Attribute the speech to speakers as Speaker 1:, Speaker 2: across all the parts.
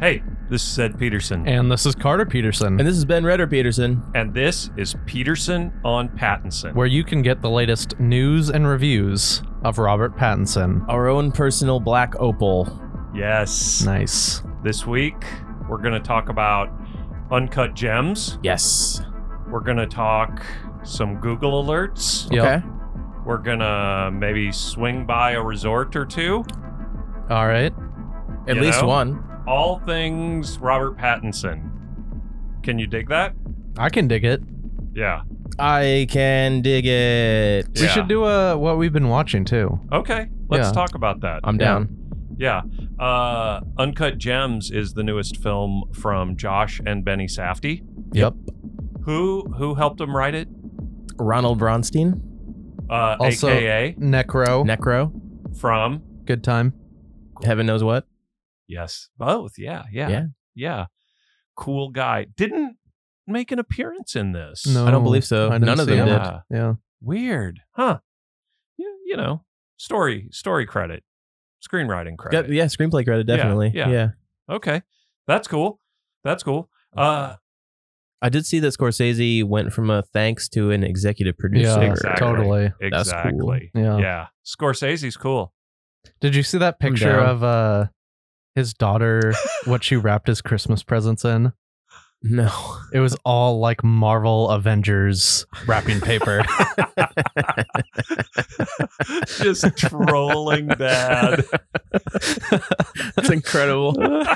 Speaker 1: Hey, this is Ed Peterson.
Speaker 2: And this is Carter Peterson,
Speaker 3: And this has been Redder Peterson.
Speaker 1: And this is Peterson on Pattinson.
Speaker 2: where you can get the latest news and reviews of Robert Pattinson.
Speaker 3: Our own personal black opal.
Speaker 1: Yes.
Speaker 2: Nice.
Speaker 1: This week, we're going to talk about uncut gems.
Speaker 3: Yes.
Speaker 1: We're going to talk some Google alerts.
Speaker 2: Yep.
Speaker 3: Okay.
Speaker 1: We're going to maybe swing by a resort or two.
Speaker 2: All right.
Speaker 3: At
Speaker 1: You
Speaker 3: least
Speaker 1: know?
Speaker 3: one.
Speaker 1: All things Robert Pattinson. Can you dig that?
Speaker 2: I can dig it.
Speaker 1: Yeah.
Speaker 3: I can dig it.
Speaker 2: We
Speaker 1: Yeah.
Speaker 2: should do a what we've been watching too.
Speaker 1: Okay. Let's
Speaker 2: Yeah.
Speaker 1: talk about that.
Speaker 3: I'm
Speaker 2: Yeah.
Speaker 3: down.
Speaker 1: Yeah. Uh, Uncut Gems is the newest film from Josh and Benny Safdie.
Speaker 2: Yep.
Speaker 1: Who who helped him write it?
Speaker 3: Ronald Bronstein,
Speaker 1: Uh,
Speaker 2: Also-
Speaker 1: AKA
Speaker 2: Necro.
Speaker 3: Necro,
Speaker 1: from
Speaker 2: Good time.
Speaker 3: Heaven knows what.
Speaker 1: yes, both. Yeah, yeah, yeah.
Speaker 3: Yeah.
Speaker 1: Cool guy. Didn't make an appearance in this.
Speaker 2: No.
Speaker 3: I don't believe so.
Speaker 2: I didn't
Speaker 3: None of
Speaker 2: see
Speaker 3: them
Speaker 2: him.
Speaker 3: did.
Speaker 1: Yeah.
Speaker 2: Yeah.
Speaker 1: Weird, huh? Yeah, you know, story story credit, screenwriting
Speaker 3: Yeah,
Speaker 1: credit.
Speaker 3: yeah, screenplay credit
Speaker 1: Yeah,
Speaker 3: definitely.
Speaker 1: yeah. Okay, that's cool. That's cool. Uh,
Speaker 3: I did see that Scorsese went from a thanks to an executive producer.
Speaker 2: Yeah.
Speaker 1: Exactly.
Speaker 2: Totally.
Speaker 3: That's cool.
Speaker 1: exactly.
Speaker 2: Yeah.
Speaker 1: Yeah, Scorsese's cool.
Speaker 2: Did you see that picture
Speaker 3: down.
Speaker 2: of uh his daughter what she wrapped his Christmas presents in?
Speaker 3: No.
Speaker 2: It was all like Marvel Avengers wrapping paper.
Speaker 1: Just trolling bad.
Speaker 3: That's incredible.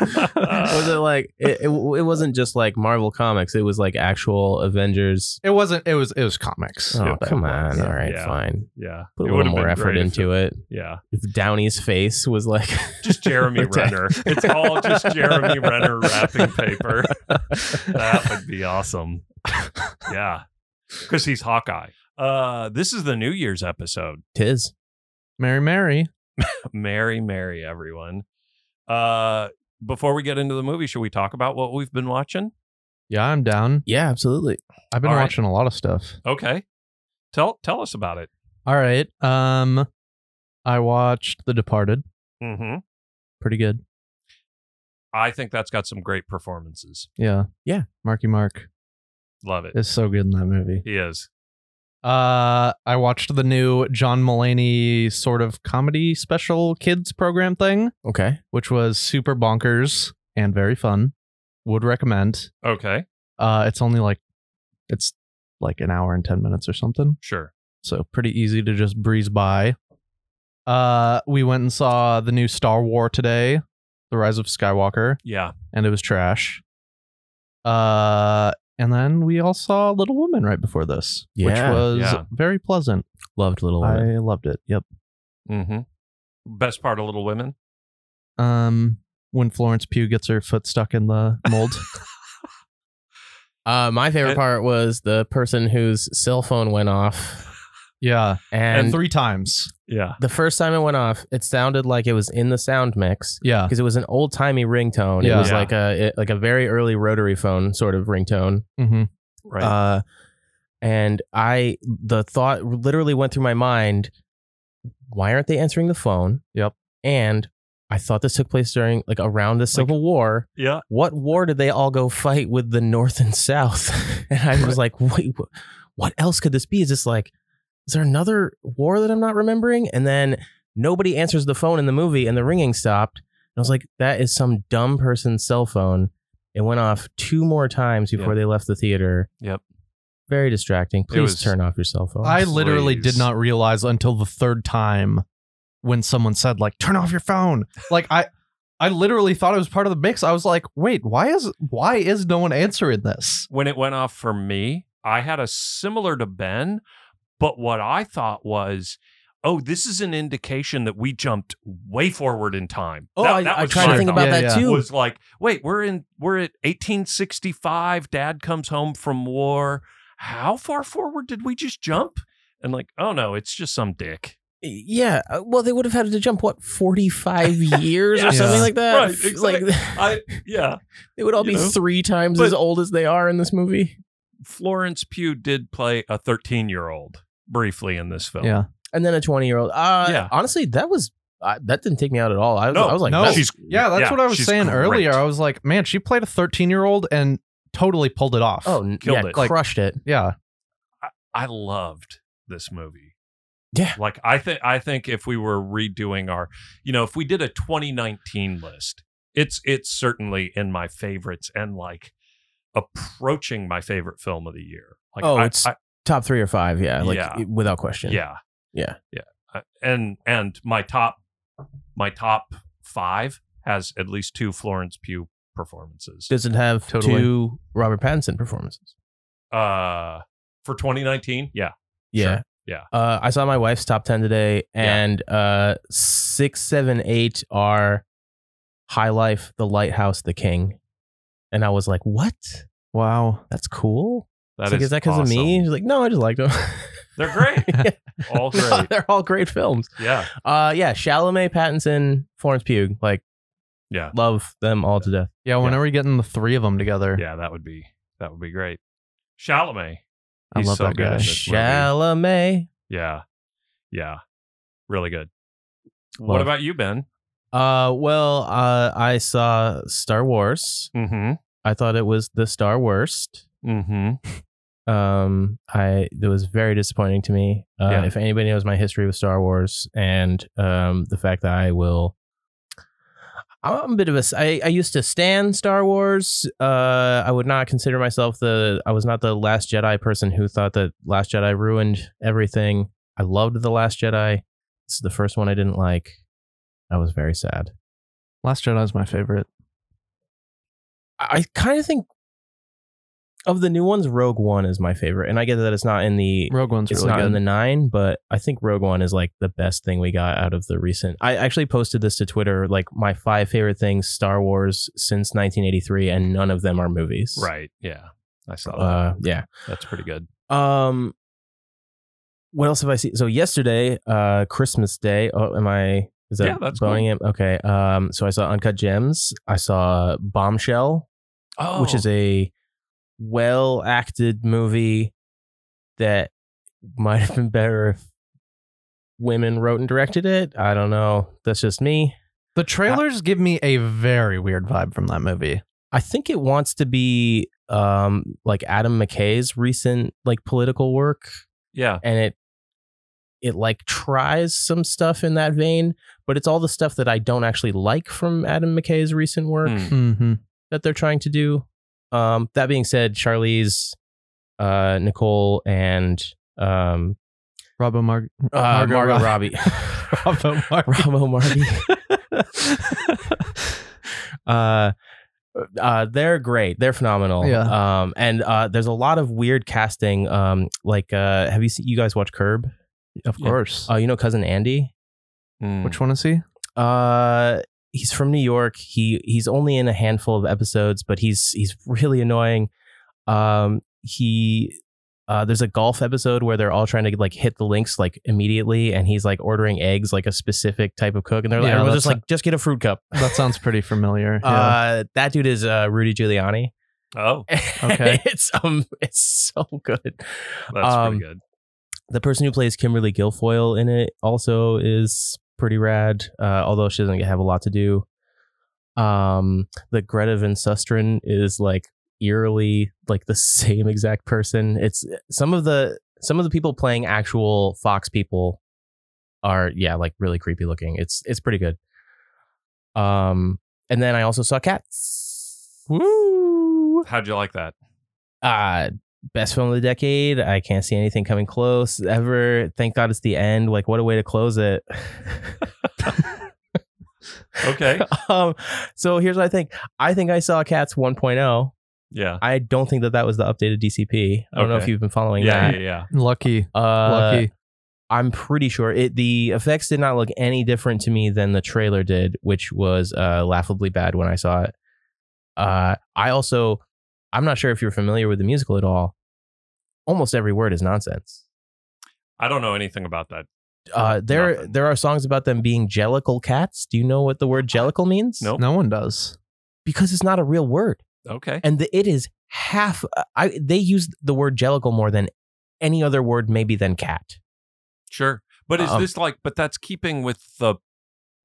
Speaker 1: Uh.
Speaker 3: was it like it, it, it wasn't just like Marvel comics, it was like actual Avengers.
Speaker 2: it wasn't it was it was comics.
Speaker 3: Oh,
Speaker 1: Yeah,
Speaker 3: come
Speaker 1: comics.
Speaker 3: on. All right,
Speaker 1: Yeah.
Speaker 3: fine.
Speaker 1: Yeah,
Speaker 3: Put a
Speaker 1: would've
Speaker 3: little more
Speaker 1: been
Speaker 3: effort
Speaker 1: great if it-
Speaker 3: into it.
Speaker 1: Yeah,
Speaker 3: If Downey's face was like
Speaker 1: just Jeremy
Speaker 3: Okay.
Speaker 1: Renner. It's all just Jeremy Renner wrapping paper. That would be awesome. Yeah, because he's Hawkeye. Uh, this is the New Year's episode.
Speaker 3: Tis.
Speaker 2: Mary Mary.
Speaker 1: Merry, merry, everyone. Uh, before we get into the movie, should we talk about what we've been watching?
Speaker 2: Yeah, I'm down.
Speaker 3: Yeah, absolutely.
Speaker 2: I've been
Speaker 1: All right.
Speaker 2: watching a lot of stuff.
Speaker 1: Okay, tell tell us about it.
Speaker 2: All right. Um I watched The Departed.
Speaker 1: Mm-hmm.
Speaker 2: Pretty good.
Speaker 1: I think that's got some great performances.
Speaker 2: Yeah.
Speaker 3: Yeah.
Speaker 2: Marky Mark
Speaker 1: Love it.
Speaker 2: is so good in that movie.
Speaker 1: He is.
Speaker 2: Uh I watched the new John Mullaney sort of comedy special kids program thing,
Speaker 3: Okay.
Speaker 2: which was super bonkers and very fun. Would recommend.
Speaker 1: Okay,
Speaker 2: Uh it's only like it's like an hour and 10 minutes or something.
Speaker 1: sure.
Speaker 2: so pretty easy to just breeze by. Uh, we went and saw the new Star War today, The Rise of Skywalker,
Speaker 1: Yeah.
Speaker 2: and it was trash. Uh, and then we all saw Little Woman right before this, which
Speaker 3: Yeah,
Speaker 2: was
Speaker 1: yeah.
Speaker 2: very pleasant.
Speaker 3: Loved Little Women.
Speaker 2: I loved it. Yep.
Speaker 1: Mm-hmm. Best part of Little Women.
Speaker 2: Um, when Florence Pugh gets her foot stuck in the mold.
Speaker 3: Uh, my favorite
Speaker 1: And-
Speaker 3: part was the person whose cell phone went off,
Speaker 2: yeah, and,
Speaker 3: and,
Speaker 2: three times.
Speaker 1: Yeah.
Speaker 3: the first time it went off, it sounded like it was in the sound mix
Speaker 2: Yeah,
Speaker 3: because it was an old timey ringtone.
Speaker 2: Yeah.
Speaker 3: It was
Speaker 1: Yeah.
Speaker 3: like a it- like a very early rotary phone sort of ringtone.
Speaker 2: mm-hmm.
Speaker 1: Right.
Speaker 3: Uh, and I the thought literally went through my mind: Why aren't they answering the phone?
Speaker 2: Yep.
Speaker 3: And I thought this took place during like around the Civil War.
Speaker 1: yeah.
Speaker 3: what war did they all go fight with the North and South? And I was like, wait, wh- what else could this be? Is this like, is there another war that I'm not remembering? And then nobody answers the phone in the movie and the ringing stopped. And I was like, that is some dumb person's cell phone. It went off two more times before
Speaker 1: Yep.
Speaker 3: they left the theater.
Speaker 1: Yep.
Speaker 3: Very distracting. Please
Speaker 1: was-
Speaker 3: turn off your cell phone.
Speaker 2: I literally did
Speaker 1: Please.
Speaker 2: not realize until the third time when someone said like turn off your phone. Like I I literally thought it was part of the mix. I was like, "Wait, why is why is no one answering this?"
Speaker 1: when it went off for me, I had a similar to Ben, but what I thought was, oh, this is an indication that we jumped way forward in time.
Speaker 3: oh,
Speaker 1: That-
Speaker 3: I,
Speaker 1: that
Speaker 3: I
Speaker 1: was
Speaker 3: tried
Speaker 1: my
Speaker 3: to think
Speaker 1: thought.
Speaker 3: about
Speaker 2: Yeah,
Speaker 3: that
Speaker 2: yeah.
Speaker 3: too.
Speaker 1: Was like, wait, we're in, we're at 1865. Dad comes home from war. How far forward did we just jump? And like, oh no, it's just some dick.
Speaker 3: yeah. uh, Well, they would have had to jump, what, 45 years
Speaker 1: Yeah.
Speaker 3: or something like that?
Speaker 1: Right,
Speaker 3: F-
Speaker 1: exactly. I yeah.
Speaker 3: They would all
Speaker 1: You
Speaker 3: be
Speaker 1: know?
Speaker 3: three times
Speaker 1: But-
Speaker 3: as old as they are in this movie.
Speaker 1: Florence Pugh did play a 13 year old briefly in this film.
Speaker 2: Yeah.
Speaker 3: And then a 20 year old. Uh,
Speaker 1: Yeah.
Speaker 3: Honestly, that was I, that didn't take me out at all. I was,
Speaker 1: No,
Speaker 3: I was like, "Oh,
Speaker 2: no.
Speaker 3: "That's
Speaker 1: she's
Speaker 2: Oh, Yeah, that's
Speaker 1: Yeah,
Speaker 2: what I was
Speaker 1: she's
Speaker 2: saying
Speaker 1: great.
Speaker 2: earlier. I was like, man, she played a 13 year old and totally pulled it off.
Speaker 3: Oh, n-
Speaker 1: Killed
Speaker 3: yeah,
Speaker 1: it.
Speaker 3: crushed it.
Speaker 2: yeah.
Speaker 1: I loved this movie.
Speaker 3: Yeah.
Speaker 1: Like I think I think if we were redoing our, you know, if we did a 2019 list, it's it's certainly in my favorites and like approaching my favorite film of the year. Like
Speaker 3: Oh,
Speaker 1: I-
Speaker 3: it's-
Speaker 1: I-
Speaker 3: Top three or five, yeah, like
Speaker 1: Yeah.
Speaker 3: it- without question.
Speaker 1: yeah.
Speaker 3: Yeah.
Speaker 1: Yeah. Uh, And and my top my top 5 has at least two Florence Pugh performances.
Speaker 3: does it have
Speaker 2: Totally.
Speaker 3: two Robert Pattinson performances?
Speaker 1: Uh for 2019? Yeah.
Speaker 3: Yeah,
Speaker 1: Sure. Yeah.
Speaker 3: Uh, I saw my wife's top ten today,
Speaker 1: Yeah.
Speaker 3: and uh, six, seven, eight are High Life, The Lighthouse, The King, and I was like, "What?
Speaker 2: Wow.
Speaker 3: That's cool."
Speaker 1: That
Speaker 3: It's like, is that because of me?
Speaker 1: awesome.
Speaker 3: She's like, "No, I just liked them.
Speaker 1: They're great. All great.
Speaker 3: They're all great films."
Speaker 1: Yeah.
Speaker 3: Uh, yeah, Chalamet, Pattinson, Florence Pugh, like,
Speaker 1: Yeah.
Speaker 3: love them all to death.
Speaker 2: Yeah, when are we getting the three of them together?
Speaker 1: Yeah, that would be that would be great. Chalamet.
Speaker 2: I
Speaker 1: He's
Speaker 2: love
Speaker 1: so
Speaker 2: that
Speaker 1: good
Speaker 2: guy.
Speaker 1: in this movie.
Speaker 3: Chalamet.
Speaker 1: Yeah. Yeah. Really good. What
Speaker 3: Love.
Speaker 1: about you, Ben?
Speaker 3: Uh, well, uh, I saw Star Wars.
Speaker 1: Mm-hmm.
Speaker 3: I thought it was the Star Worst.
Speaker 1: Mm-hmm.
Speaker 3: Um, I that was very disappointing to me. Uh,
Speaker 1: Yeah.
Speaker 3: If anybody knows my history with Star Wars and um, the fact that I will, I'm a bit of a. s- I, I used to stand Star Wars. Uh, I would not consider myself the. I was not the Last Jedi person who thought that Last Jedi ruined everything. I loved the Last Jedi. This is the first one I didn't like. I was very sad.
Speaker 2: Last Jedi is my favorite.
Speaker 3: I kind of think of the new ones, Rogue One is my favorite, and I get that it's not in the
Speaker 2: Rogue One's
Speaker 3: it's
Speaker 2: really
Speaker 3: not
Speaker 2: good.
Speaker 3: in the nine, but I think Rogue One is like the best thing we got out of the recent. I actually posted this to Twitter, like my five favorite things Star Wars since 1983, and none of them are movies.
Speaker 1: Right. Yeah. I saw that.
Speaker 3: Uh, yeah.
Speaker 1: That's pretty good.
Speaker 3: Um. What else have I seen? So yesterday, uh, Christmas Day. Oh, am I? Is that
Speaker 1: Yeah, that's
Speaker 3: boning it? Okay. Um. So I saw Uncut Gems. I saw Bombshell,
Speaker 1: Oh
Speaker 3: which is a well acted movie that might have been better if women wrote and directed it. I don't know. That's just me.
Speaker 2: The trailers give me a very weird vibe from that movie.
Speaker 3: I think it wants to be um like Adam McKay's recent like political work
Speaker 1: yeah.
Speaker 3: and it it like tries some stuff in that vein, but it's all the stuff that I don't actually like from Adam McKay's recent work.
Speaker 1: Mm.
Speaker 2: Mm-hmm.
Speaker 3: that they're trying to do. Um, that being said, Charlize, uh, Nicole, and um,
Speaker 2: Robo Mar-
Speaker 3: uh,
Speaker 2: Margot
Speaker 3: Margot
Speaker 2: Rob-
Speaker 3: Robbie,
Speaker 2: Robo Mar-
Speaker 3: Robo Marty, uh, uh, they're great. They're phenomenal.
Speaker 2: Yeah.
Speaker 3: Um, and uh, there's a lot of weird casting. Um, like, uh, have you seen? You guys watch Curb?
Speaker 2: Of
Speaker 1: Yeah.
Speaker 2: course.
Speaker 3: Uh, you know, cousin Andy.
Speaker 1: Mm.
Speaker 2: Which one is he?
Speaker 3: Uh, he's from New York. He he's only in a handful of episodes, but he's he's really annoying. Um, he uh, there's a golf episode where they're all trying to like hit the links like immediately, and he's like ordering eggs like a specific type of cook, and they're like, "Oh,
Speaker 2: Yeah,
Speaker 3: everyone's
Speaker 2: that's
Speaker 3: just like, just get a fruit cup.
Speaker 2: That sounds pretty familiar. Yeah.
Speaker 3: Uh, that dude is uh, Rudy Giuliani.
Speaker 1: Oh,
Speaker 2: Okay.
Speaker 3: it's um, it's so good.
Speaker 1: that's
Speaker 3: Um,
Speaker 1: pretty good.
Speaker 3: The person who plays Kimberly Guilfoyle in it also is pretty rad, uh, although she doesn't have a lot to do. Um, the Greta Van Susteren is like eerily like the same exact person. It's some of the some of the people playing actual Fox people are yeah like really creepy looking. It's it's pretty good. Um, and then I also saw Cats. Woo!
Speaker 1: How'd you like that?
Speaker 3: uh best film of the decade i can't see anything coming close ever thank god it's the end like what a way to close it
Speaker 1: Okay.
Speaker 3: um so here's what i think i think i saw cats 1.0
Speaker 1: Yeah.
Speaker 3: i don't think that that was the updated dcp i don't know
Speaker 1: Okay.
Speaker 3: if you've been following
Speaker 1: Yeah,
Speaker 3: that
Speaker 1: yeah, yeah.
Speaker 2: Lucky.
Speaker 3: Uh,
Speaker 2: Lucky.
Speaker 3: i'm pretty sure it the effects did not look any different to me than the trailer did which was uh laughably bad when i saw it uh i also i'm not sure if you're familiar with the musical at all almost every word is nonsense
Speaker 1: I don't know anything about that.
Speaker 3: Uh, there
Speaker 1: Nothing.
Speaker 3: there are songs about them being jellicle cats. Do you know what the word jellicle means?
Speaker 1: Nope.
Speaker 2: no one does.
Speaker 3: Because it's not a real word,
Speaker 1: Okay.
Speaker 3: and the, it is half. uh, I they use the word jellicle more than any other word, maybe than cat.
Speaker 1: Sure. But is
Speaker 3: Um,
Speaker 1: this like but that's keeping with the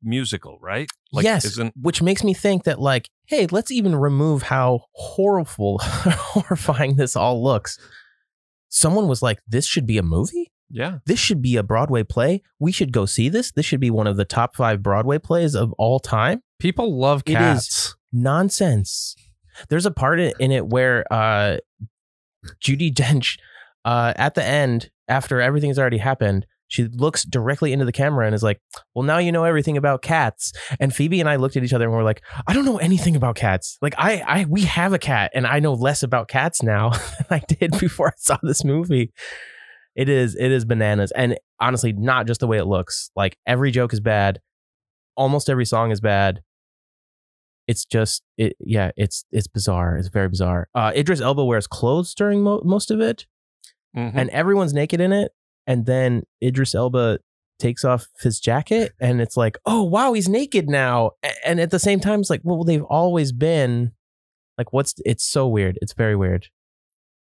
Speaker 1: musical, right?
Speaker 3: yes,
Speaker 1: Isn't
Speaker 3: which makes me think that like, hey, let's even remove how horrible, horrifying this all looks. Someone was like, this should be a movie.
Speaker 1: yeah.
Speaker 3: This should be a Broadway play. We should go see this. This should be one of the top five Broadway plays of all time.
Speaker 2: People love
Speaker 3: It is.
Speaker 2: cats.
Speaker 3: Nonsense. There's a part in in it where uh, Judy Dench, uh, at the end, after everything's already happened, she looks directly into the camera and is like, Well, now you know everything about cats. And Phoebe and I looked at each other and we're like, I don't know anything about cats. Like, I, I we have a cat and I know less about cats now than I did before I saw this movie. It is, it is bananas. And honestly, not just the way it looks. Like, every joke is bad, almost every song is bad. It's just, it, yeah, it's it's bizarre. It's very bizarre. Uh, Idris Elba wears clothes during mo- most of it
Speaker 1: Mhm.
Speaker 3: and everyone's naked in it. And then Idris Elba takes off his jacket, and it's like, oh wow, he's naked now. A- And at the same time, it's like, well, they've always been. Like, what's? It's so weird. It's very weird.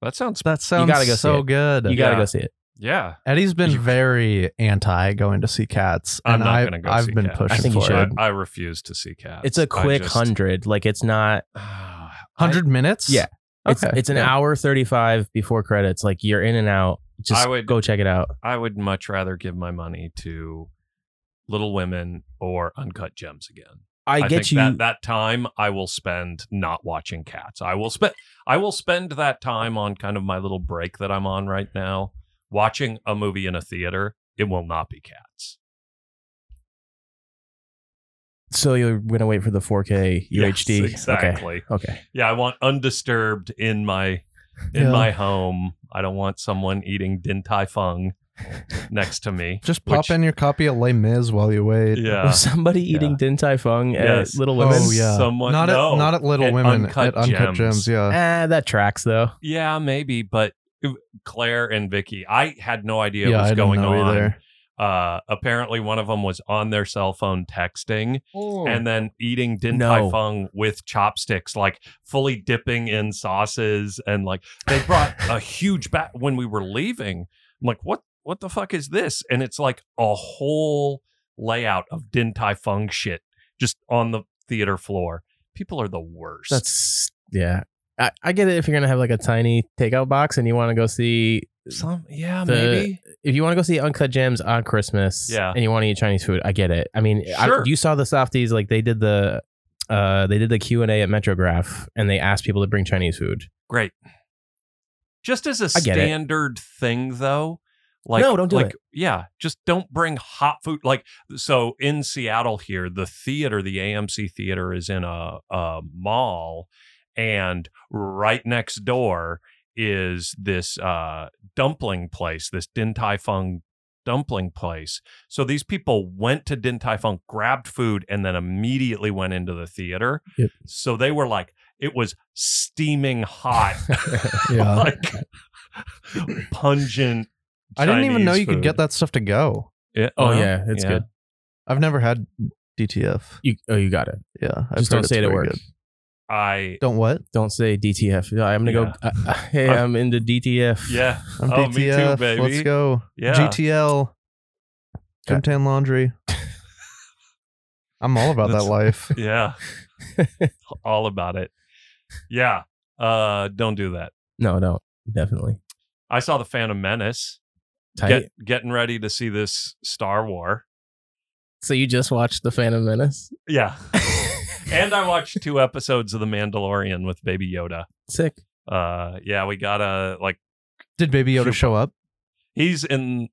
Speaker 1: that sounds
Speaker 2: That sounds
Speaker 3: gotta go see
Speaker 2: so
Speaker 3: it.
Speaker 2: good.
Speaker 3: You gotta
Speaker 1: Yeah.
Speaker 3: go see it.
Speaker 1: yeah.
Speaker 2: Eddie's been
Speaker 1: You-
Speaker 2: very anti going to see cats,
Speaker 1: I'm
Speaker 2: and
Speaker 1: not
Speaker 2: I,
Speaker 1: gonna go
Speaker 2: I've
Speaker 1: see
Speaker 2: been
Speaker 1: cats.
Speaker 2: pushing
Speaker 3: I think you
Speaker 2: for
Speaker 1: I,
Speaker 2: it.
Speaker 1: I refuse to see cats.
Speaker 3: It's a
Speaker 1: I
Speaker 3: quick
Speaker 1: just-
Speaker 3: hundred. Like, it's not.
Speaker 1: Ah, I-
Speaker 2: Hundred minutes.
Speaker 3: Yeah. It's,
Speaker 2: Okay,
Speaker 3: it's an
Speaker 2: yeah.
Speaker 3: hour thirty-five before credits. Like, you're in and out. Just
Speaker 1: I would-
Speaker 3: go check it out.
Speaker 1: I would much rather give my money to Little Women or Uncut Gems again.
Speaker 3: I,
Speaker 1: think
Speaker 3: get you.
Speaker 1: That, that time I will spend not watching cats. I will spend I will spend that time on kind of my little break that I'm on right now watching a movie in a theater. It will not be cats.
Speaker 3: so you're gonna wait for the 4K
Speaker 1: Yes,
Speaker 3: UHD. Okay.
Speaker 1: exactly.
Speaker 3: Okay.
Speaker 1: Yeah, I want undisturbed in my in
Speaker 2: Yeah.
Speaker 1: my home. I don't want someone eating din tai fung next to me.
Speaker 2: Just pop
Speaker 1: Which-
Speaker 2: in your copy of Les Mis while you wait.
Speaker 1: Uh, Yeah.
Speaker 3: Was somebody eating Din Tai Fung
Speaker 1: Yes.
Speaker 3: at Little Women?
Speaker 2: Oh yeah.
Speaker 1: Someone-
Speaker 2: not
Speaker 1: no.
Speaker 2: at not at Little
Speaker 1: At
Speaker 2: Women
Speaker 1: Uncut
Speaker 2: at Uncut
Speaker 1: Gems.
Speaker 2: Gems. Yeah.
Speaker 3: Ah, that tracks though.
Speaker 1: Yeah, maybe, but Claire and Vicky, I had no idea
Speaker 2: yeah.
Speaker 1: what was
Speaker 2: I don't
Speaker 1: going
Speaker 2: know
Speaker 1: on.
Speaker 2: either.
Speaker 1: Uh, apparently, one of them was on their cell phone texting and then eating din tai
Speaker 3: No.
Speaker 1: fung with chopsticks, like fully dipping in sauces, and like they brought a huge bat when we were leaving. I'm like, what? What the fuck is this? And it's like a whole layout of din tai fung shit just on the theater floor. People are the worst.
Speaker 3: That's yeah. I, I get it if you're gonna have like a tiny takeout box and you want to go see
Speaker 1: some, yeah,
Speaker 3: The-
Speaker 1: maybe.
Speaker 3: if you want to go see Uncut Gems on Christmas.
Speaker 1: Yeah.
Speaker 3: And you want to eat Chinese food, I get it. I mean, I-
Speaker 1: Sure.
Speaker 3: you saw the softies like they did the. Uh, they did the Q and A at Metrograph, and they asked people to bring Chinese food.
Speaker 1: Great. Just as a
Speaker 3: I get it.
Speaker 1: standard thing, though. Like,
Speaker 3: No, don't do
Speaker 1: like,
Speaker 3: it.
Speaker 1: Yeah, just don't bring hot food. Like, so in Seattle here, the theater, the AMC theater, is in a, a mall, and right next door is this uh, dumpling place, this Din Tai Fung dumpling place. So these people went to Din Tai Fung, grabbed food, and then immediately went into the theater.
Speaker 3: Yep.
Speaker 1: So they were like, it was steaming hot,
Speaker 2: Yeah.
Speaker 1: like pungent.
Speaker 2: I didn't even know
Speaker 1: Chinese
Speaker 2: you could get
Speaker 1: food.
Speaker 2: that stuff to go.
Speaker 1: Yeah,
Speaker 3: Oh
Speaker 1: uh-huh.
Speaker 3: yeah, it's
Speaker 1: Yeah.
Speaker 3: good.
Speaker 2: I've never had DTF.
Speaker 3: You oh you got it.
Speaker 2: Yeah. I've
Speaker 3: Just
Speaker 2: heard
Speaker 3: don't
Speaker 2: it's
Speaker 3: say it at
Speaker 2: very
Speaker 3: work.
Speaker 2: good.
Speaker 1: I
Speaker 2: Don't what?
Speaker 3: Don't say DTF. Yeah, I'm gonna
Speaker 1: Yeah.
Speaker 3: go. Uh, hey, I'm into DTF.
Speaker 1: yeah
Speaker 2: I'm
Speaker 1: Oh, me too,
Speaker 2: DTF.
Speaker 1: baby.
Speaker 2: Let's go.
Speaker 1: yeah
Speaker 2: GTL. Gymtan Laundry. I'm all about that
Speaker 1: That's-
Speaker 2: life.
Speaker 1: yeah all about it. Yeah, uh, don't do that.
Speaker 3: No, no, definitely
Speaker 1: I saw the Phantom Menace.
Speaker 3: tight.
Speaker 1: Get, getting ready to see this Star War.
Speaker 3: So you just watched The Phantom Menace?
Speaker 1: Yeah, and I watched two episodes of The Mandalorian with Baby Yoda.
Speaker 3: Sick.
Speaker 1: Uh, yeah, we got a like.
Speaker 2: Did Baby Yoda
Speaker 1: Cute.
Speaker 2: show up?
Speaker 1: He's in.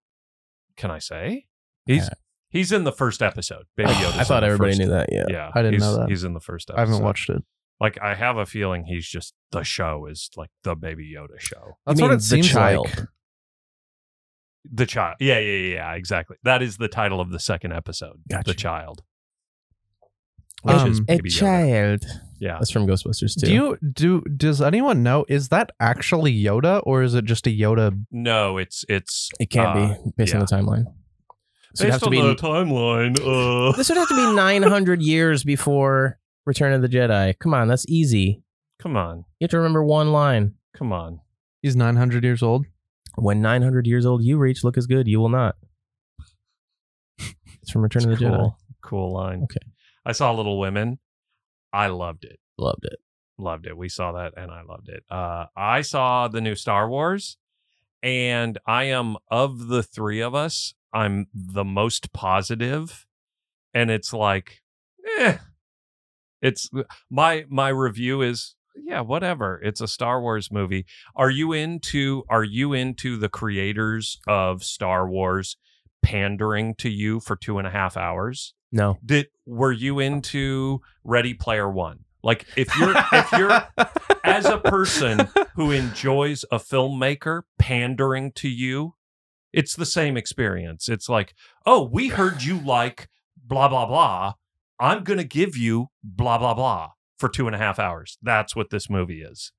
Speaker 1: Can I say? He's
Speaker 3: Yeah.
Speaker 1: he's in the first episode. Baby Yoda.
Speaker 3: I thought everybody knew that. Yeah.
Speaker 1: Yeah,
Speaker 2: I didn't
Speaker 1: he's-
Speaker 2: know that.
Speaker 1: He's in the first episode.
Speaker 2: I haven't watched it.
Speaker 1: Like, I have a feeling he's just the show is like the Baby Yoda show.
Speaker 2: That's
Speaker 3: mean
Speaker 2: what it
Speaker 3: the
Speaker 2: seems like.
Speaker 3: child.
Speaker 1: The child. Yeah, yeah, yeah, yeah, exactly. That is the title of the second episode.
Speaker 3: Gotcha.
Speaker 1: The child. Which is
Speaker 2: Um,
Speaker 1: Baby Yoda. Yeah.
Speaker 3: That's from Ghostbusters too.
Speaker 2: Do you do? Does anyone know? Is that actually Yoda, or is it just a Yoda?
Speaker 1: No, it's it's
Speaker 3: it can't
Speaker 1: uh,
Speaker 3: be based on
Speaker 1: yeah.
Speaker 3: the timeline. So it'd
Speaker 1: based
Speaker 3: have to
Speaker 1: on
Speaker 3: be.
Speaker 1: the timeline. Uh,
Speaker 3: this would have to be 900 years before Return of the Jedi. Come on, that's easy.
Speaker 1: come on,
Speaker 3: You have to remember one line.
Speaker 1: come on.
Speaker 2: He's 900 years old.
Speaker 3: When 900 years old you reach, look as good. You will not. It's from Return of the
Speaker 1: It's cool. cool line.
Speaker 3: Okay.
Speaker 1: I saw Little Women. I loved it.
Speaker 3: Loved it.
Speaker 1: Loved it. We saw that and I loved it. Uh, I saw the new Star Wars, and I am of the three of us, I'm the most positive, and it's like, eh. It's uh, my my review is yeah whatever. It's a Star Wars movie. Are you into Are you into the creators of Star Wars pandering to you for two and a half hours?
Speaker 3: No.
Speaker 1: did were you into Ready Player One? Like if you're if you're as a person who enjoys a filmmaker pandering to you, it's the same experience. It's like, oh, we heard you like blah blah blah. I'm gonna give you blah blah blah for two and a half hours. That's what this movie is.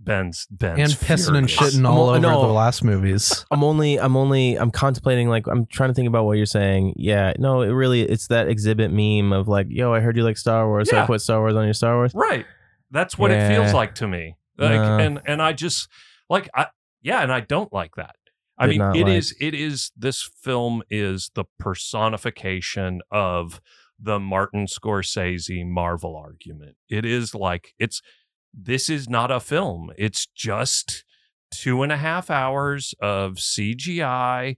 Speaker 1: Ben's Ben's
Speaker 2: and pissing and
Speaker 1: furious.
Speaker 2: shitting all
Speaker 3: Well,
Speaker 2: over
Speaker 3: no.
Speaker 2: the last movies.
Speaker 3: I'm only I'm only I'm contemplating like I'm trying to think about what you're saying. Yeah, no, it really it's that exhibit meme of like, yo, I heard you like Star Wars, so
Speaker 1: Yeah.
Speaker 3: I put Star Wars on your Star Wars.
Speaker 1: Right. That's what it
Speaker 3: Yeah.
Speaker 1: feels like to me. Like
Speaker 3: No.
Speaker 1: and and I just like I yeah, and I don't like that. I
Speaker 3: Did
Speaker 1: mean,
Speaker 3: not
Speaker 1: it
Speaker 3: like.
Speaker 1: is it is this film is the personification of the Martin Scorsese Marvel argument. It is like it's this is not a film. It's just two and a half hours of CGI,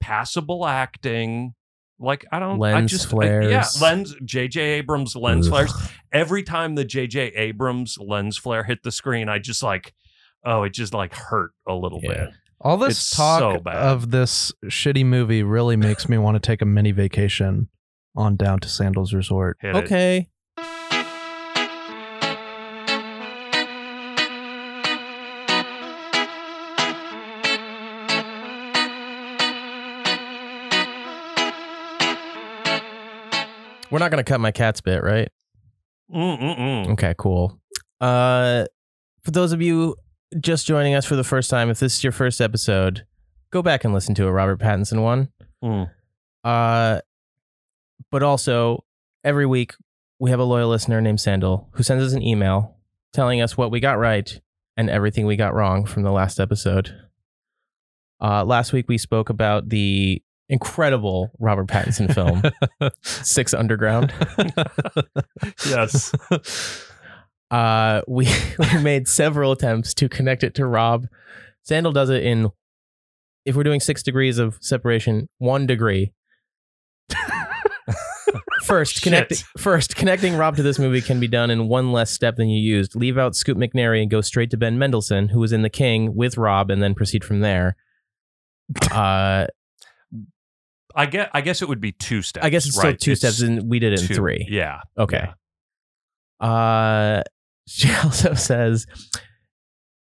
Speaker 1: passable acting. Like I don't I
Speaker 3: Lens
Speaker 1: just I, yeah,
Speaker 3: flares.
Speaker 1: lens JJ Abrams lens
Speaker 3: Ugh.
Speaker 1: flares every time the JJ Abrams lens flare hit the screen, I just like, oh, it just like hurt a little
Speaker 3: Yeah.
Speaker 1: bit.
Speaker 2: All this
Speaker 1: It's so
Speaker 2: talk
Speaker 1: bad.
Speaker 2: of this shitty movie really makes me want to take a mini vacation on down to Sandals Resort.
Speaker 1: Hit it.
Speaker 3: Okay. We're not gonna cut my cat's bit, right?
Speaker 1: Mm-mm-mm.
Speaker 3: Okay, cool. Uh, for those of you just joining us for the first time, if this is your first episode, go back and listen to a Robert Pattinson one.
Speaker 1: Mm.
Speaker 3: Uh, but also, every week we have a loyal listener named Sandal who sends us an email telling us what we got right and everything we got wrong from the last episode. Uh, last week we spoke about the incredible Robert Pattinson film Six Underground.
Speaker 1: Yes.
Speaker 3: Uh, we, we made several attempts to connect it to Rob. Sandal does it in, if we're doing six degrees of separation, one degree. first, connect,
Speaker 1: Shit.
Speaker 3: first, connecting Rob to this movie can be done in one less step than you used. Leave out Scoop McNairy and go straight to Ben Mendelsohn, who was in The King with Rob, and then proceed from there. Uh,
Speaker 1: I guess I guess it would be two steps.
Speaker 3: I guess it's still
Speaker 1: right?
Speaker 3: two
Speaker 1: It's
Speaker 3: steps, and we did it in
Speaker 1: two.
Speaker 3: three.
Speaker 1: Yeah.
Speaker 3: Okay. Uh, she also says,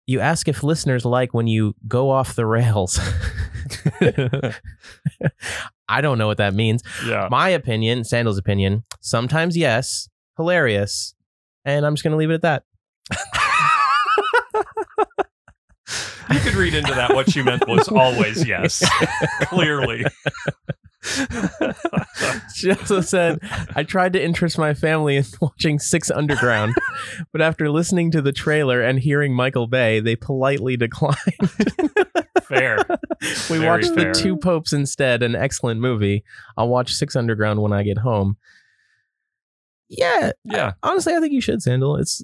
Speaker 3: "You ask if listeners like when you go off the rails." I don't know what that means.
Speaker 1: Yeah.
Speaker 3: My opinion, Sandal's opinion. Sometimes yes, hilarious, and I'm just gonna leave it at that.
Speaker 1: You could read into that what she meant was always yes. Clearly.
Speaker 3: she also said, I tried to interest my family in watching Six Underground, but after listening to the trailer and hearing Michael Bay, they politely declined.
Speaker 1: Fair.
Speaker 3: We
Speaker 1: Very
Speaker 3: watched
Speaker 1: fair.
Speaker 3: The Two Popes instead, an excellent movie. I'll watch Six Underground when I get home. Yeah,
Speaker 1: Yeah.
Speaker 3: honestly, I think you should, Sandal. It's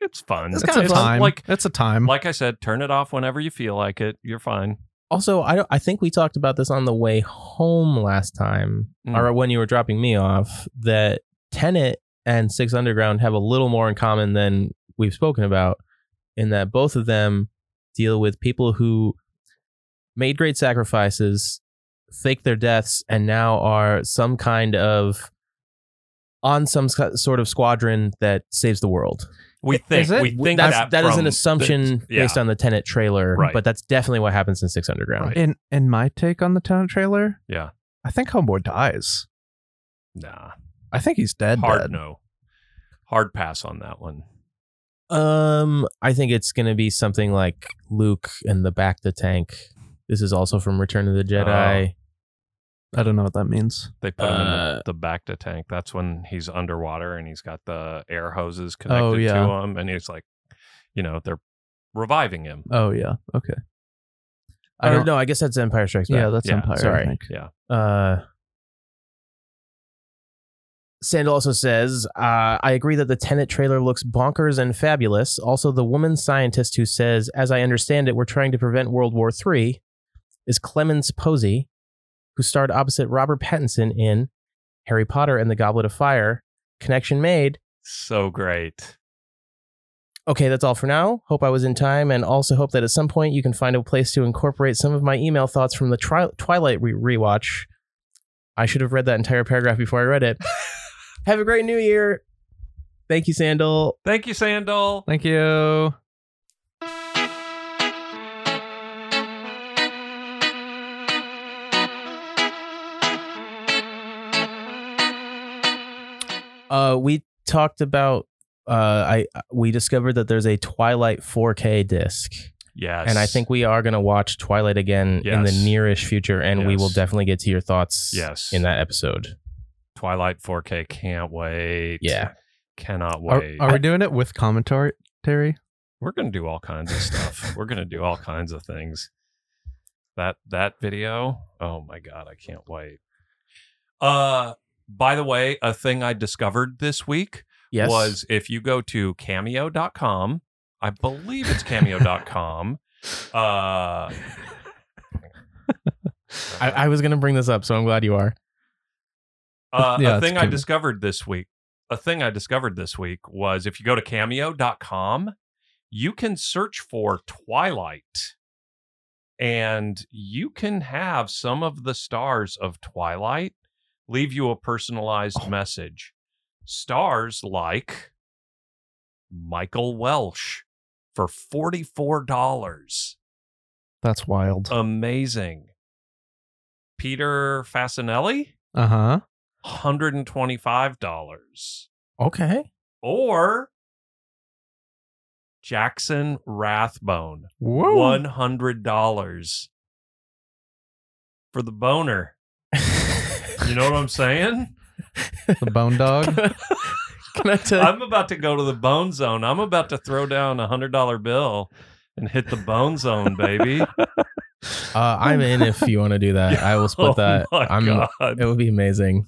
Speaker 1: It's fun.
Speaker 3: It's
Speaker 2: it's
Speaker 3: kinda
Speaker 2: a
Speaker 3: fun. Mm-hmm.
Speaker 2: time.
Speaker 1: Like
Speaker 2: it's a time.
Speaker 1: like I said, turn it off whenever you feel like it. You're fine.
Speaker 3: also I don't, I think we talked about this on the way home last time,
Speaker 1: Mm.
Speaker 3: or when you were dropping me off. That Tenet and Six Underground have a little more in common than we've spoken about, in that both of them deal with people who made great sacrifices, faked their deaths, and now are some kind of on some s- sort of squadron that saves the world.
Speaker 1: We think
Speaker 2: it?
Speaker 1: we think
Speaker 3: That's,
Speaker 1: that
Speaker 3: that is
Speaker 1: from
Speaker 3: an assumption
Speaker 1: yeah.
Speaker 3: based on the Tenet trailer,
Speaker 1: Right.
Speaker 3: but that's definitely what happens in Six Underground.
Speaker 1: Right.
Speaker 2: in in my take on the Tenant trailer,
Speaker 1: Yeah.
Speaker 2: I think Homeboy dies.
Speaker 1: Nah.
Speaker 2: I think he's dead.
Speaker 1: Hard
Speaker 2: dead.
Speaker 1: no. Hard pass on that one.
Speaker 3: Um, I think it's gonna be something like Luke and the Back the Tank. This is also from Return of the Jedi.
Speaker 2: I don't know what that means.
Speaker 1: They put him in the,
Speaker 3: Uh,
Speaker 1: the back to tank. That's when he's underwater and he's got the air hoses connected
Speaker 2: Oh,
Speaker 1: to
Speaker 2: yeah.
Speaker 1: him, and he's like, you know, they're reviving him.
Speaker 2: Oh yeah. Okay.
Speaker 3: I don't know. I guess that's Empire Strikes Back.
Speaker 2: Yeah, that's
Speaker 3: Uh,
Speaker 1: Yeah,
Speaker 2: Empire.
Speaker 3: sorry.
Speaker 2: I think.
Speaker 1: Yeah,
Speaker 3: Uh, Sand also says, uh, I agree that the Tenet trailer looks bonkers and fabulous. Also, the woman scientist who says, as I understand it, we're trying to prevent World War III is Clemens Posey, who starred opposite Robert Pattinson in Harry Potter and the Goblet of Fire. Connection made.
Speaker 1: So great.
Speaker 3: Okay, that's all for now. Hope I was in time, and also hope that at some point you can find a place to incorporate some of my email thoughts from the tri- Twilight re- rewatch. I should have read that entire paragraph before I read it. have a great new year. Thank you, Sandal.
Speaker 1: Thank you, Sandal.
Speaker 2: Thank you.
Speaker 3: Uh, we talked about. Uh, I we discovered that there's a Twilight 4K disc,
Speaker 1: Yes.
Speaker 3: and I think we are gonna watch Twilight again in the
Speaker 1: Yes.
Speaker 3: nearish future, and we will
Speaker 1: Yes.
Speaker 3: definitely get to your thoughts.
Speaker 1: Yes.
Speaker 3: in that episode.
Speaker 1: Twilight 4K. Can't wait.
Speaker 3: Yeah,
Speaker 1: Cannot
Speaker 2: Are,
Speaker 1: wait.
Speaker 2: are we doing it with commentary? Terry?
Speaker 1: We're gonna do all kinds of stuff. We're gonna do all kinds of things. That that video. Oh my god, I can't wait. Uh by the way, a thing I discovered this week
Speaker 3: yes,
Speaker 1: was if you go to cameo.com, I believe it's cameo.com. uh
Speaker 3: I, I was gonna bring this up, so I'm glad you are.
Speaker 1: Uh,
Speaker 2: Yeah,
Speaker 1: a
Speaker 2: it's
Speaker 1: thing I
Speaker 2: Cameo.
Speaker 1: discovered this week. A thing I discovered this week was if you go to cameo.com, you can search for Twilight and you can have some of the stars of Twilight leave you a personalized
Speaker 2: Oh.
Speaker 1: message. Stars like Michael Welsh for $44.
Speaker 2: That's wild.
Speaker 1: Amazing. Peter Fasinelli?
Speaker 2: Uh huh.
Speaker 1: $125
Speaker 3: Okay,
Speaker 1: or Jackson Rathbone
Speaker 2: Whoa.
Speaker 1: $100 for the boner. You know what I'm saying?
Speaker 2: The bone dog.
Speaker 3: Can I tell
Speaker 1: I'm about to go to the bone zone. I'm about to throw down a $100 bill and hit the bone zone, baby.
Speaker 3: Uh, I'm in if you want to do that. I will split that.
Speaker 1: Oh my
Speaker 3: I'm,
Speaker 1: God.
Speaker 3: It would be amazing.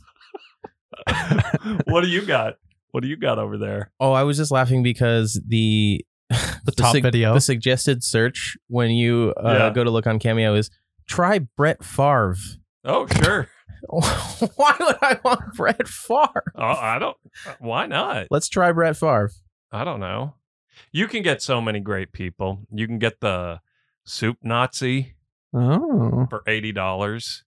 Speaker 1: What do you got? What do you got over there?
Speaker 3: Oh, I was just laughing because the
Speaker 2: The top
Speaker 3: sug-
Speaker 2: video.
Speaker 3: the suggested search when you uh,
Speaker 1: Yeah.
Speaker 3: go to look on Cameo is try Brett Favre.
Speaker 1: Oh, sure.
Speaker 3: Why would I want Brett Favre?
Speaker 1: Oh, I don't. Why not?
Speaker 3: Let's try Brett Favre.
Speaker 1: I don't know. You can get so many great people. You can get the soup Nazi
Speaker 2: Oh.
Speaker 1: for eighty dollars.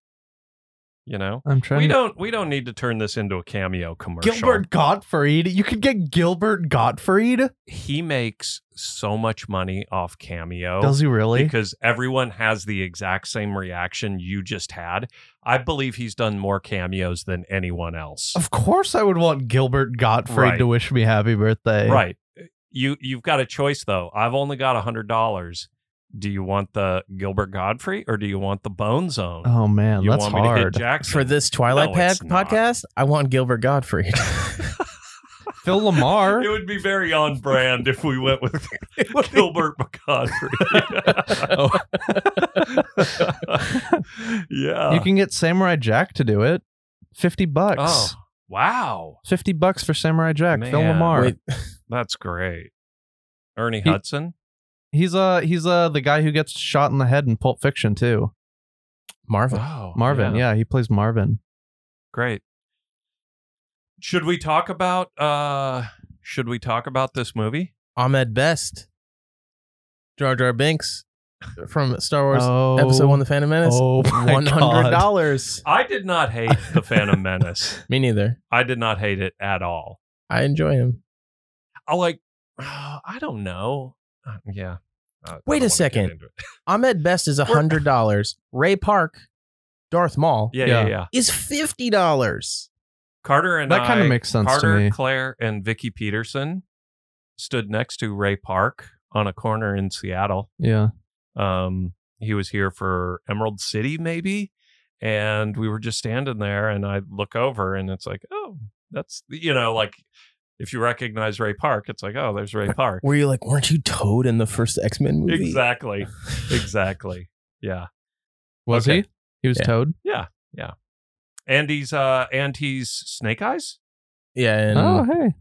Speaker 1: You know,
Speaker 2: I'm trying
Speaker 1: we
Speaker 2: to.
Speaker 1: don't we don't need to turn this into a cameo commercial.
Speaker 2: Gilbert Gottfried. You could get Gilbert Gottfried.
Speaker 1: he makes so much money off cameo.
Speaker 2: Does he really?
Speaker 1: Because everyone has the exact same reaction you just had. I believe he's done more cameos than anyone else.
Speaker 2: of course, I would want Gilbert Gottfried
Speaker 1: Right.
Speaker 2: to wish me happy birthday.
Speaker 1: Right. Eh, You you've got a choice though. I've only got a hundred dollars. Do you want the Gilbert Godfrey or do you want the Bone Zone?
Speaker 2: Oh man,
Speaker 1: you
Speaker 2: that's
Speaker 1: want me to hit
Speaker 2: hard.
Speaker 1: Jackson
Speaker 3: For this Twilight
Speaker 1: No,
Speaker 3: Pad
Speaker 1: it's not.
Speaker 3: podcast, I want Gilbert Godfrey.
Speaker 2: Phil Lamar.
Speaker 1: It would be very on brand if we went with Gilbert Godfrey.
Speaker 2: Oh,
Speaker 1: yeah.
Speaker 2: you can get Samurai Jack to do it. Fifty bucks.
Speaker 1: oh wow,
Speaker 2: Fifty bucks for Samurai Jack. Phil
Speaker 1: Man.
Speaker 2: Lamar.
Speaker 3: Wait,
Speaker 1: that's great. Ernie
Speaker 2: He-
Speaker 1: Hudson.
Speaker 2: He's uh he's uh the guy who gets shot in the head in Pulp Fiction too.
Speaker 3: Marvin.
Speaker 1: Wow,
Speaker 2: Marvin. Yeah, he plays Marvin.
Speaker 1: great. Should we talk about? uh Should we talk about this movie?
Speaker 3: Ahmed Best, Jar Jar Binks from Star Wars
Speaker 2: oh,
Speaker 3: Episode One: The Phantom Menace.
Speaker 2: Oh my
Speaker 3: One hundred
Speaker 2: God.
Speaker 3: dollars.
Speaker 1: I did not hate the Phantom Menace.
Speaker 3: Me neither.
Speaker 1: I did not hate it at all.
Speaker 3: I enjoy him.
Speaker 1: I like. I don't know. Uh, yeah. I- I
Speaker 3: Wait a
Speaker 1: don't wanna get
Speaker 3: second.
Speaker 1: into it.
Speaker 3: Ahmed Best is hundred dollars. Ray Park, Darth Maul
Speaker 1: Yeah, yeah,
Speaker 2: Yeah.
Speaker 1: yeah,
Speaker 3: is fifty dollars.
Speaker 1: Carter and
Speaker 2: That kind
Speaker 1: I-
Speaker 2: of makes sense
Speaker 1: Carter,
Speaker 2: to me.
Speaker 1: Claire, and Vicky Peterson stood next to Ray Park on a corner in Seattle.
Speaker 2: Yeah.
Speaker 1: Um, he was here for Emerald City, maybe, and we were just standing there, and I look over, and it's like, oh, that's you know, like if you recognize Ray Park, it's like, oh, there's Ray Park.
Speaker 3: Were you like, weren't you Toad in the first X Men movie?
Speaker 1: Exactly, exactly. Yeah.
Speaker 2: Was
Speaker 1: Okay.
Speaker 2: he? He was
Speaker 3: Yeah.
Speaker 2: Toad.
Speaker 1: And he's uh and he's Snake Eyes?
Speaker 3: Yeah, and
Speaker 2: oh, hey.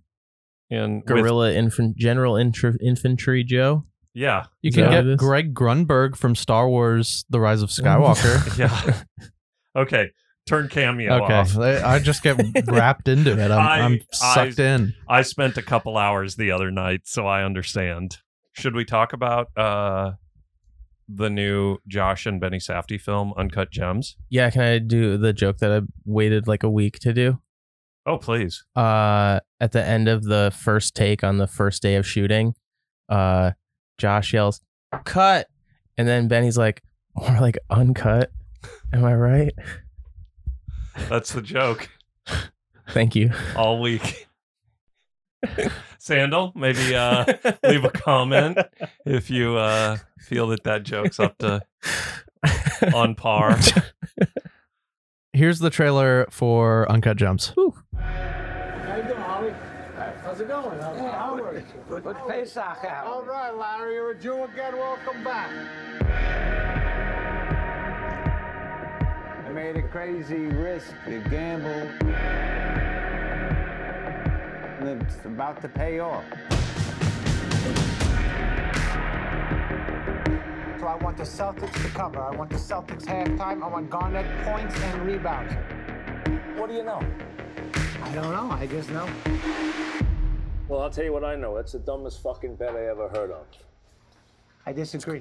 Speaker 1: And with-
Speaker 3: Guerrilla Infan- General Intra- Infantry Joe.
Speaker 1: yeah,
Speaker 2: You
Speaker 3: Is
Speaker 2: can
Speaker 3: that what it
Speaker 2: get
Speaker 3: is?
Speaker 2: Greg Grunberg from Star Wars The Rise of Skywalker.
Speaker 1: yeah. okay, turn cameo
Speaker 2: okay.
Speaker 1: off.
Speaker 2: I I just get wrapped into it. I'm,
Speaker 1: I-
Speaker 2: I, am
Speaker 1: I-
Speaker 2: sucked in.
Speaker 1: I spent a couple hours the other night, so I understand. Should we talk about uh the new Josh and Benny Safdie film, Uncut Gems?
Speaker 3: Yeah, can I do the joke that I waited like a week to do?
Speaker 1: Oh, please.
Speaker 3: Uh, at the end of the first take on the first day of shooting, uh, Josh yells, "Cut!" and then Benny's like, "More like uncut." Am I right?
Speaker 1: That's the joke
Speaker 3: Thank you.
Speaker 1: all week. Sandal, maybe uh leave a comment if you uh feel that that joke's up to on par.
Speaker 2: Here's the trailer for Uncut Gems.
Speaker 4: How you doing, Holly? How's it going? How's hey, how are you? Good, good Pesach out. All right, Larry, you're a Jew again. Welcome back. I made a crazy risk, a gamble. And it's about to pay off. So I want the Celtics to cover. I want the Celtics halftime. I want Garnett points and rebounds. What do you know? I don't know. I just know.
Speaker 5: Well, I'll tell you what I know. That's the dumbest fucking bet I ever heard of.
Speaker 4: I disagree.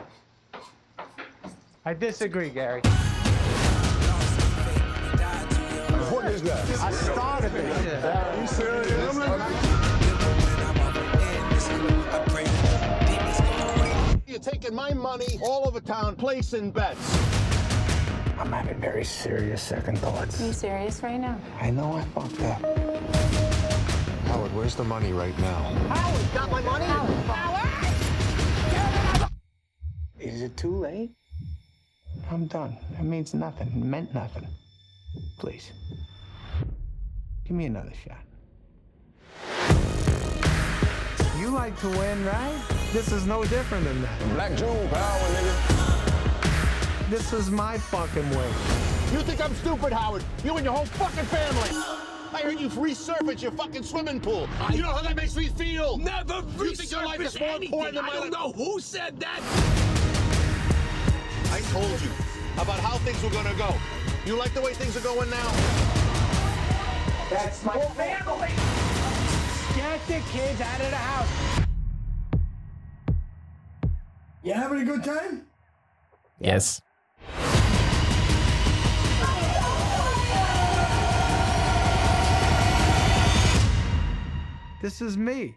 Speaker 4: I disagree, Gary.
Speaker 5: What is that?
Speaker 4: I started it.
Speaker 5: Are you serious?
Speaker 6: You're taking my money all over town, placing bets.
Speaker 4: I'm having very serious second thoughts.
Speaker 7: Are you serious right now?
Speaker 4: I know I fucked up.
Speaker 6: Howard, where's the money right now?
Speaker 4: Is it too late? I'm done. It means nothing. It meant nothing. Please. Give me another shot. You like to win, right? This is no different than that.
Speaker 5: Black June power, nigga.
Speaker 4: This is my fucking way.
Speaker 6: You think I'm stupid, Howard? You and your whole fucking family. I heard you've resurfaced your fucking swimming pool. You know how that makes me feel? Never You think your life is more important than my I don't know who said that. I told you about how things were gonna go. You like the way things are going now?
Speaker 4: That's my family! Get the kids out of the house!
Speaker 8: You having a good time?
Speaker 3: Yes.
Speaker 4: This is me.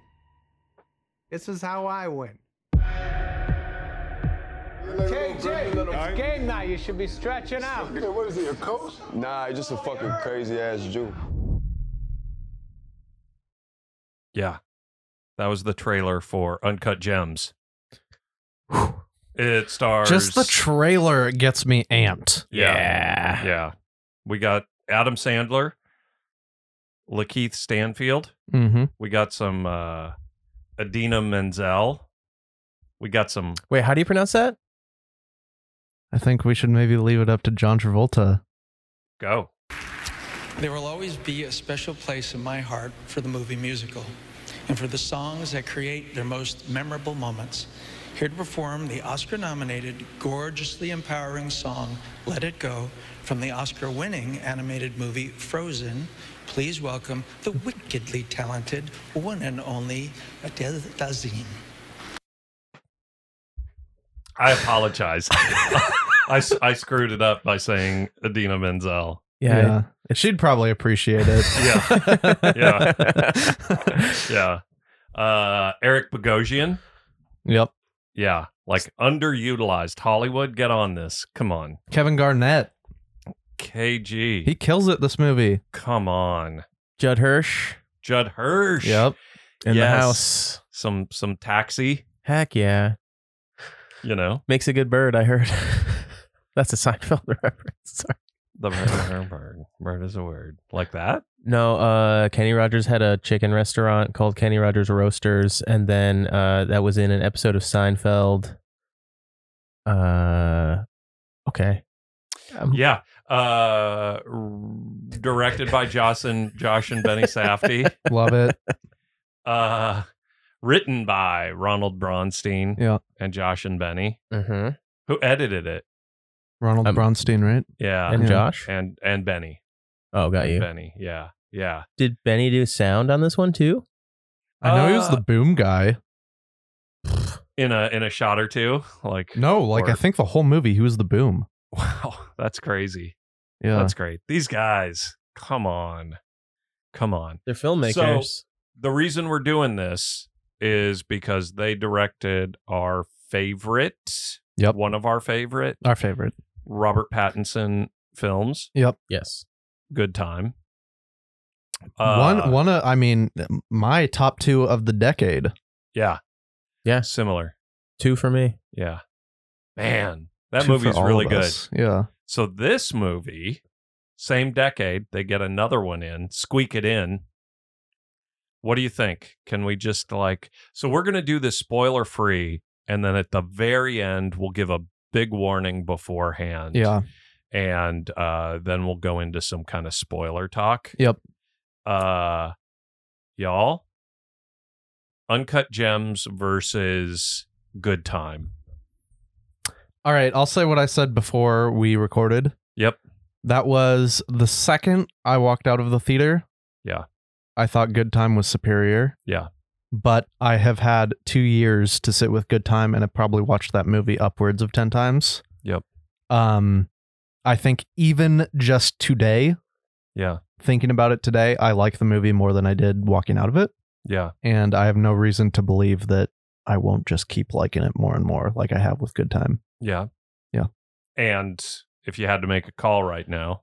Speaker 4: This is how I win. KJ, it's game night. You should be stretching out.
Speaker 8: What is he, a coach? Nah, he's just a fucking crazy ass Jew.
Speaker 1: Yeah. That was the trailer for Uncut Gems. It stars
Speaker 2: Just the trailer gets me amped.
Speaker 1: Yeah. Yeah. We got Adam Sandler, Lakeith Stanfield.
Speaker 2: Mm-hmm.
Speaker 1: We got some uh, Adina Menzel. We got some.
Speaker 3: Wait, how do you pronounce that?
Speaker 2: I think we should maybe leave it up to John Travolta.
Speaker 1: Go.
Speaker 9: There will always be a special place in my heart for the movie musical and for the songs that create their most memorable moments. Here to perform the Oscar nominated, gorgeously empowering song Let It Go from the Oscar winning animated movie Frozen, please welcome the wickedly talented one and only Adele Dazeem.
Speaker 1: I apologize. I, s- I screwed it up by saying Adina Menzel.
Speaker 2: She'd probably appreciate it.
Speaker 1: Yeah.
Speaker 2: yeah.
Speaker 1: Yeah. Uh, Eric Bogosian.
Speaker 2: Yep.
Speaker 1: Yeah. Like underutilized Hollywood. Get on this. Come on.
Speaker 2: Kevin Garnett.
Speaker 1: KG.
Speaker 2: He kills it this movie.
Speaker 1: Come on.
Speaker 3: Judd Hirsch
Speaker 1: Judd Hirsch.
Speaker 3: in the
Speaker 1: Yes.
Speaker 3: house.
Speaker 1: Some some taxi,
Speaker 3: Heck yeah.
Speaker 1: you know.
Speaker 3: Makes a good bird, I heard. That's a Seinfeld reference. Sorry.
Speaker 1: The murder bird. Bird is a word. Like that?
Speaker 3: No, uh, Kenny Rogers had a chicken restaurant called Kenny Rogers Roasters, and then uh, that was in an episode of Seinfeld. Uh, okay.
Speaker 1: Yeah. Uh, r- directed by Josh and, Josh and Benny Safdie.
Speaker 2: Love it.
Speaker 1: Uh, written by Ronald Bronstein
Speaker 2: Yeah.
Speaker 1: and Josh and Benny,
Speaker 3: Mm-hmm.
Speaker 1: who edited it.
Speaker 2: Ronald
Speaker 3: Um,
Speaker 2: Bronstein, right?
Speaker 1: Yeah.
Speaker 3: And
Speaker 2: Yeah.
Speaker 3: Josh.
Speaker 1: and, and Benny.
Speaker 3: Oh, got
Speaker 1: And
Speaker 3: you.
Speaker 1: Benny. Yeah. Yeah.
Speaker 3: Did Benny do sound on this one too?
Speaker 2: I know he was
Speaker 1: Uh,
Speaker 2: the boom guy.
Speaker 1: In a in a shot or two. Like
Speaker 2: No, like I
Speaker 1: or-
Speaker 2: think the whole movie he was the boom.
Speaker 1: wow, that's crazy.
Speaker 2: Yeah.
Speaker 1: That's great. These guys, come on. Come on.
Speaker 3: They're
Speaker 1: filmmakers. the reason we're doing this is because they directed our favorite,
Speaker 2: Yep.
Speaker 1: one of our favorite
Speaker 2: Our favorite.
Speaker 1: Robert Pattinson films,
Speaker 3: yes.
Speaker 1: Good Time. Uh,
Speaker 2: one one of I mean my top 2 of the decade.
Speaker 1: yeah,
Speaker 3: Yeah.
Speaker 1: similar,
Speaker 3: Two for me.
Speaker 1: yeah. Man, that
Speaker 2: Two
Speaker 1: movie's
Speaker 2: for all
Speaker 1: really
Speaker 2: of
Speaker 1: good.
Speaker 2: us. Yeah.
Speaker 1: So this movie, same decade, they get another one in, squeak it in. What do you think? Can we just like so we're gonna do this spoiler free, and then at the very end we'll give a big warning beforehand.
Speaker 2: Yeah.
Speaker 1: And uh then we'll go into some kind of spoiler talk.
Speaker 2: Yep.
Speaker 1: Uh y'all. Uncut gems versus good time.
Speaker 2: All right, I'll say what I said before we recorded.
Speaker 1: Yep.
Speaker 2: That was the second I walked out of the theater.
Speaker 1: Yeah.
Speaker 2: I thought Good Time was superior.
Speaker 1: Yeah.
Speaker 2: But I have had two years to sit with Good Time and I probably watched that movie upwards of 10 times.
Speaker 1: Yep.
Speaker 2: Um, I think even just today,
Speaker 1: Yeah.
Speaker 2: thinking about it today, I like the movie more than I did walking out of it.
Speaker 1: Yeah.
Speaker 2: And I have no reason to believe that I won't just keep liking it more and more like I have with Good Time.
Speaker 1: Yeah.
Speaker 2: Yeah.
Speaker 1: And if you had to make a call right now,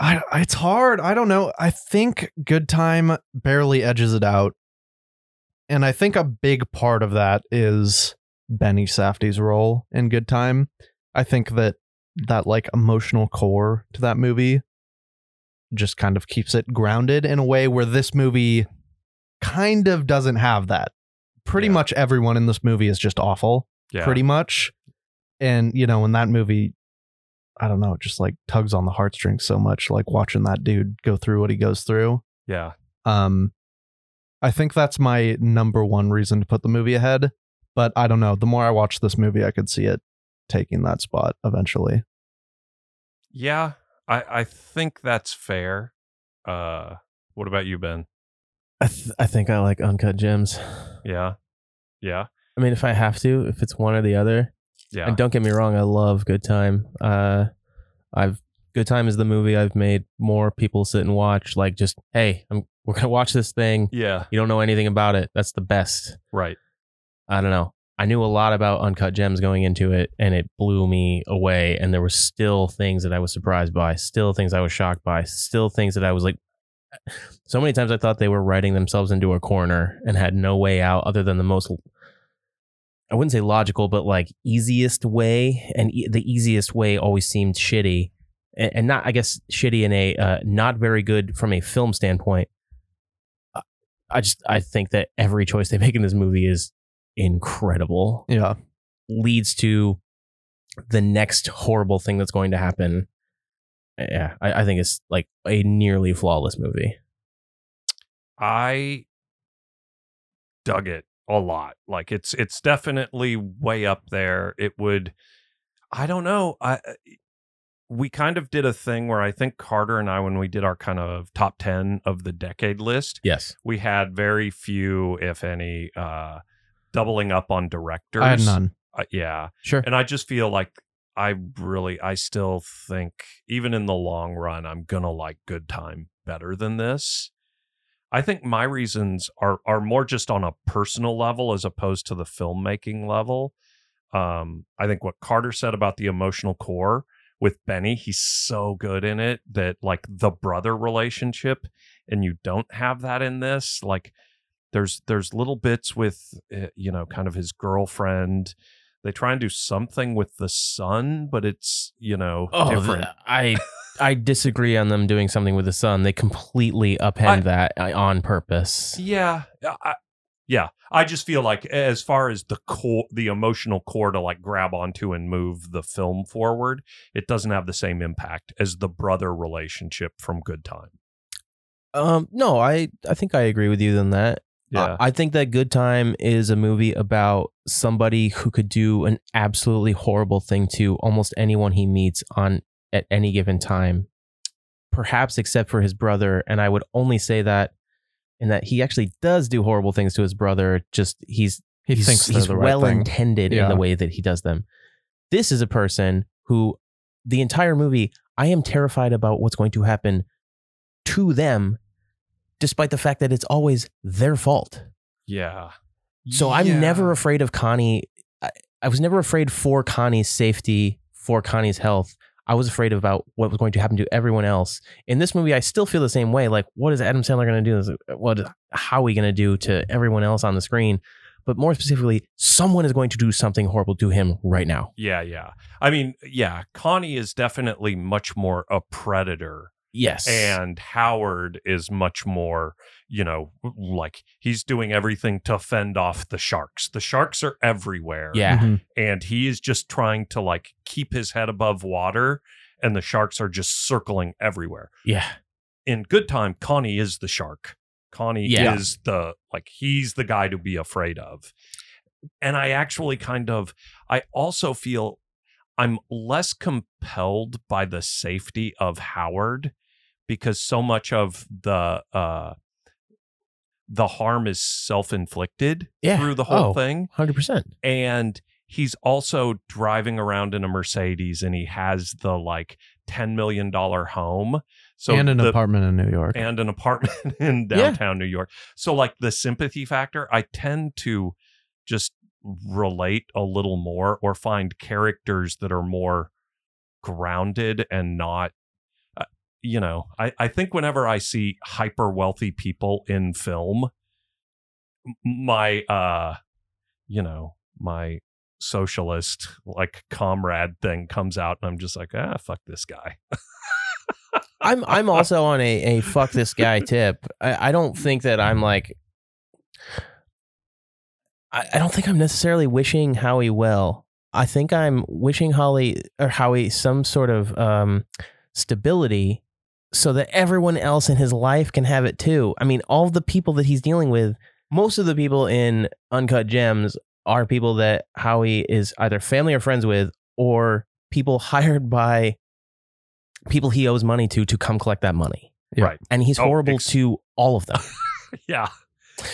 Speaker 2: I, it's hard. I don't know. I think Good Time barely edges it out. And I think a big part of that is Benny Safdie's role in Good Time. I think that that like emotional core to that movie just kind of keeps it grounded in a way where this movie kind of doesn't have that. Pretty
Speaker 1: Yeah.
Speaker 2: much everyone in this movie is just awful
Speaker 1: yeah.
Speaker 2: pretty much. And you know, in that movie, I don't know, it just like tugs on the heartstrings so much, like watching that dude go through what he goes through.
Speaker 1: Yeah.
Speaker 2: Um, I think that's my number one reason to put the movie ahead. But I don't know. The more I watch this movie, I could see it taking that spot eventually.
Speaker 1: Yeah. I, I think that's fair. Uh what about you, Ben?
Speaker 3: I, th- I think I like uncut gems.
Speaker 1: Yeah. Yeah.
Speaker 3: I mean, if I have to, if it's one or the other,
Speaker 1: Yeah.
Speaker 3: and don't get me wrong, I love Good Time. Uh, I've Good Time is the movie I've made more people sit and watch. Like, just hey, I'm we're gonna watch this thing.
Speaker 1: yeah.
Speaker 3: You don't know anything about it. That's the best.
Speaker 1: Right.
Speaker 3: I don't know. I knew a lot about Uncut Gems going into it, and it blew me away. And there were still things that I was surprised by, still things I was shocked by, still things that I was like. So many times I thought they were writing themselves into a corner and had no way out other than the most, I wouldn't say logical, but like easiest way. And e- the easiest way always seemed shitty. And, and not, I guess, shitty in a uh, not very good from a film standpoint. I- I just, I think that every choice they make in this movie is incredible
Speaker 2: Yeah.
Speaker 3: leads to the next horrible thing that's going to happen yeah i, I think it's like a nearly flawless movie
Speaker 1: I dug it a lot. Like it's it's definitely way up there. It would I don't know. I uh, e, we kind of did a thing where I think Carter and I when we did our kind of top 10 of the decade list,
Speaker 3: yes
Speaker 1: we had very few, if any, uh, doubling up on directors.
Speaker 2: I had none.
Speaker 1: Uh, yeah,
Speaker 3: sure
Speaker 1: and I just feel like I really, I still think, even in the long run, I'm gonna like Good Time better than this. I think my reasons are are more just on a personal level as opposed to the filmmaking level. Um, I think what Carter said about the emotional core with Benny, he's so good in it that like the brother relationship, and you don't have that in this. Like there's there's little bits with uh, you know kind of his girlfriend. They try and do something with the son, but it's you know
Speaker 3: oh
Speaker 1: different.
Speaker 3: th- i i disagree on them doing something with the sun they completely upend
Speaker 1: I-
Speaker 3: that uh, on purpose
Speaker 1: Yeah, I, yeah i just feel like as far as the core the emotional core to like grab onto and move the film forward it doesn't have the same impact as the brother relationship from good time
Speaker 3: Um, no, I I think I agree with you on that.
Speaker 1: yeah
Speaker 3: I I think that Good Time is a movie about somebody who could do an absolutely horrible thing to almost anyone he meets on at any given time, perhaps except for his brother. And I would only say that in that he actually does do horrible things to his brother. Just he's
Speaker 2: He
Speaker 3: he's,
Speaker 2: thinks they're
Speaker 3: he's
Speaker 2: the right
Speaker 3: well
Speaker 2: thing.
Speaker 3: intended in
Speaker 2: Yeah.
Speaker 3: the way that he does them. This is a person who, the entire movie, I am terrified about what's going to happen to them, despite the fact that it's always their fault.
Speaker 1: yeah
Speaker 3: So I'm
Speaker 2: Yeah.
Speaker 3: never afraid of Connie. I, I was never afraid for Connie's safety, for Connie's health. I was afraid about what was going to happen to everyone else. In this movie, I still feel the same way. Like, what is Adam Sandler going to do? Is- What, how are we going to do to everyone else on the screen? But more specifically, someone is going to do something horrible to him right now.
Speaker 1: yeah yeah i mean yeah connie is definitely much more a predator
Speaker 3: Yes.
Speaker 1: and Howard is much more, you know, like he's doing everything to fend off the sharks. The sharks are everywhere,
Speaker 3: yeah.
Speaker 2: Mhm.
Speaker 1: and he is just trying to like keep his head above water, and the sharks are just circling everywhere.
Speaker 3: Yeah.
Speaker 1: In good time, Connie is the shark. Connie
Speaker 3: Yeah.
Speaker 1: is the like he's the guy to be afraid of. And I actually kind of I also feel I'm less compelled by the safety of Howard because so much of the uh the harm is self-inflicted
Speaker 3: Yeah.
Speaker 1: through the whole
Speaker 3: Oh.
Speaker 1: thing
Speaker 3: 100%.
Speaker 1: and he's also driving around in a Mercedes and he has the like 10 million dollar home so
Speaker 2: and an
Speaker 1: the,
Speaker 2: apartment in New York.
Speaker 1: and an apartment in
Speaker 3: Yeah.
Speaker 1: downtown New York so like the sympathy factor I tend to just relate a little more or find characters that are more grounded and not uh, you know I, I think whenever i see hyper wealthy people in film m- my uh you know my socialist like comrade thing comes out and i'm just like ah fuck this guy
Speaker 3: I'm I'm also on a, a fuck this guy tip. I, I don't think that I'm like I, I don't think I'm necessarily wishing Howie well. I think I'm wishing Holly or Howie some sort of um stability so that everyone else in his life can have it too. I mean, all the people that he's dealing with, most of the people in Uncut Gems are people that Howie is either family or friends with or people hired by people he owes money to to come collect that money.
Speaker 2: Yeah.
Speaker 1: right
Speaker 3: And he's
Speaker 1: Oh,
Speaker 3: horrible
Speaker 1: ex-
Speaker 3: to all of them.
Speaker 1: yeah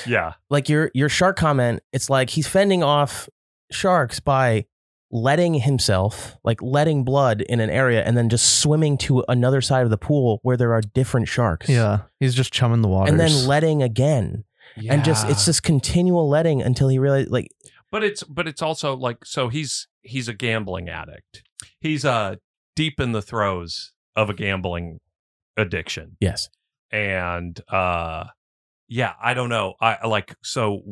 Speaker 1: yeah
Speaker 3: like your your shark comment, it's like he's fending off sharks by letting himself, like letting blood in an area and then just swimming to another side of the pool where there are different sharks.
Speaker 2: yeah, he's just chumming the waters.
Speaker 3: And then letting again. And just
Speaker 2: Yeah.
Speaker 3: it's just continual letting until he realized like
Speaker 1: but it's but it's also like so he's he's a gambling addict he's uh deep in the throes of a gambling addiction
Speaker 3: yes.
Speaker 1: and uh yeah i don't know i I like so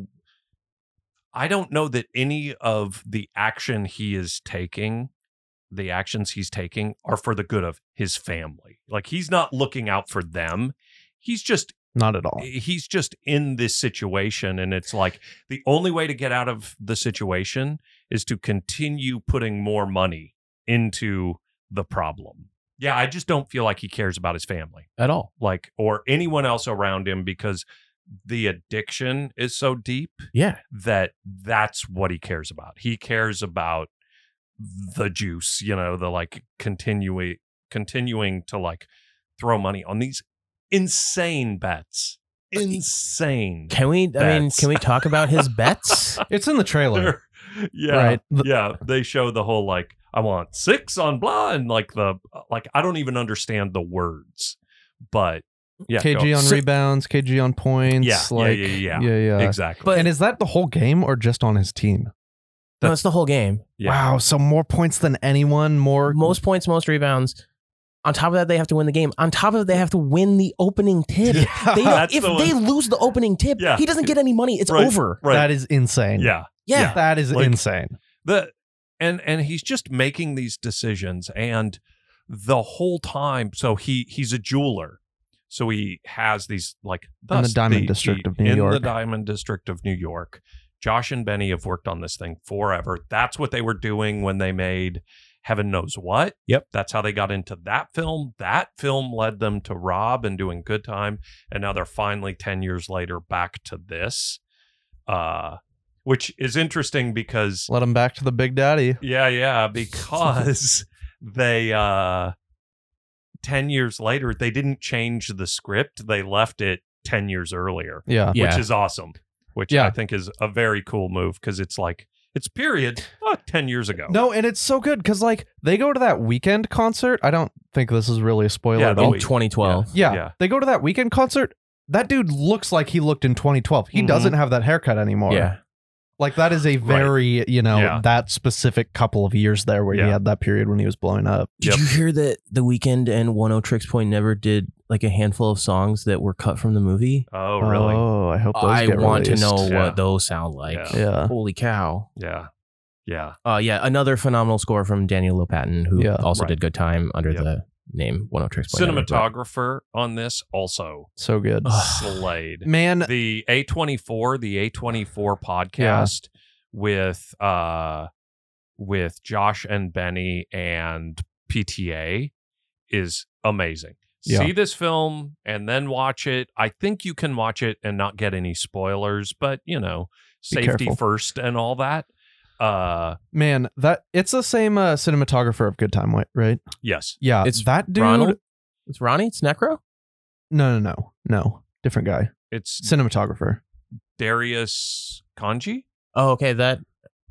Speaker 1: i don't know that any of the action he is taking the actions he's taking are for the good of his family like he's not looking out for them he's just
Speaker 2: not at all.
Speaker 1: he's just in this situation and it's like the only way to get out of the situation is to continue putting more money into the problem yeah i just don't feel like he cares about his family
Speaker 3: At all.
Speaker 1: like or anyone else around him because the addiction is so deep
Speaker 3: Yeah.
Speaker 1: that that's what he cares about he cares about the juice you know the like continuing continuing to like throw money on these insane bets insane
Speaker 3: Can we I mean
Speaker 1: Bets.
Speaker 3: can we talk about his bets?
Speaker 2: It's in the trailer.
Speaker 1: They're- yeah
Speaker 2: Right. The-
Speaker 1: yeah they show the whole like i want six on blah and like the uh, like i don't even understand the words but yeah go-
Speaker 2: KG on
Speaker 1: Six-
Speaker 2: rebounds, KG on points.
Speaker 1: Yeah, yeah,
Speaker 2: like,
Speaker 1: yeah, yeah.
Speaker 2: yeah.
Speaker 1: exactly
Speaker 2: and is that the whole game or just on his team?
Speaker 3: no, it's the whole game.
Speaker 1: Yeah.
Speaker 2: Wow, so more points than anyone, more
Speaker 3: most points, most rebounds. On top of that, they have to win the game. On top of it, they have to win the opening tip. They don't-
Speaker 1: That's
Speaker 3: if
Speaker 1: the
Speaker 3: they
Speaker 1: one.
Speaker 3: lose the opening tip,
Speaker 1: Yeah.
Speaker 3: he doesn't get any money. It's
Speaker 1: Right.
Speaker 3: over.
Speaker 1: right
Speaker 2: That is insane.
Speaker 1: yeah
Speaker 3: Yeah.
Speaker 1: Yeah.
Speaker 2: That is
Speaker 1: Like-
Speaker 2: insane.
Speaker 1: the and and he's just making these decisions and the whole time so he he's a jeweler So he has these like
Speaker 2: the
Speaker 1: thus
Speaker 2: Diamond District of New
Speaker 1: in the
Speaker 2: York.
Speaker 1: Diamond District of New York. Josh and Benny have worked on this thing forever. That's what they were doing when they made Heaven Knows What.
Speaker 7: Yep.
Speaker 1: That's how they got into that film. That film led them to Rob and doing Good Time. And now they're finally 10 years later back to this. Uh which is interesting because
Speaker 2: Let him back to the Big Daddy.
Speaker 1: yeah, yeah, because they uh 10 years later they didn't change the script. They left it 10 years earlier,
Speaker 2: Yeah.
Speaker 1: which is awesome, which I
Speaker 2: Yeah.
Speaker 1: think is a very cool move cuz it's like it's period uh, 10 years ago.
Speaker 2: No, and it's so good because like they go to that weekend concert. I don't think this is really a spoiler.
Speaker 1: Yeah,
Speaker 2: at
Speaker 1: the
Speaker 2: all.
Speaker 1: Oh, yeah.
Speaker 3: in 2012.
Speaker 2: yeah,
Speaker 1: yeah.
Speaker 2: they go to that weekend concert. That dude looks like he looked in 2012. He
Speaker 1: Mhm.
Speaker 2: doesn't have that haircut anymore.
Speaker 3: Yeah.
Speaker 2: like that is a very you know
Speaker 1: Yeah.
Speaker 2: that specific couple of years there where
Speaker 1: Yeah.
Speaker 2: he had that period when he was blowing up.
Speaker 3: Did
Speaker 1: Yep.
Speaker 3: you hear that The Weekend and 10 Tricks Point never did like a handful of songs that were cut from the movie?
Speaker 1: Oh, really?
Speaker 2: Oh, I hope those
Speaker 3: I
Speaker 2: get
Speaker 3: want
Speaker 2: released.
Speaker 3: to know
Speaker 1: Yeah.
Speaker 3: what those sound like.
Speaker 1: Yeah.
Speaker 2: Yeah.
Speaker 3: Holy cow.
Speaker 1: Yeah. Yeah.
Speaker 3: Uh, yeah, another phenomenal score from Daniel Lopatin, who
Speaker 2: Yeah.
Speaker 3: also
Speaker 1: Right.
Speaker 3: did Good Time under
Speaker 1: Yep.
Speaker 3: the name 10 Tricks Point Never, but-
Speaker 1: Cinematographer on this also
Speaker 2: So good,
Speaker 1: slayed.
Speaker 2: man.
Speaker 1: the A24, the A24 podcast with uh with Josh and Benny and PTA is amazing.
Speaker 2: Yeah.
Speaker 1: See this film and then watch it. I think you can watch it and not get any spoilers, but you know,
Speaker 2: Be
Speaker 1: safety
Speaker 2: careful.
Speaker 1: first and all that. Uh
Speaker 2: Man, that it's the same uh, cinematographer of Good Time, wi- right?
Speaker 1: yes.
Speaker 2: Yeah,
Speaker 3: It's
Speaker 2: that dude.
Speaker 3: Ronald? It's Ronnie? It's Necro?
Speaker 2: No, no, no, no, different guy.
Speaker 1: It's
Speaker 2: Cinematographer.
Speaker 1: Darius Kanji
Speaker 3: Oh, okay. That.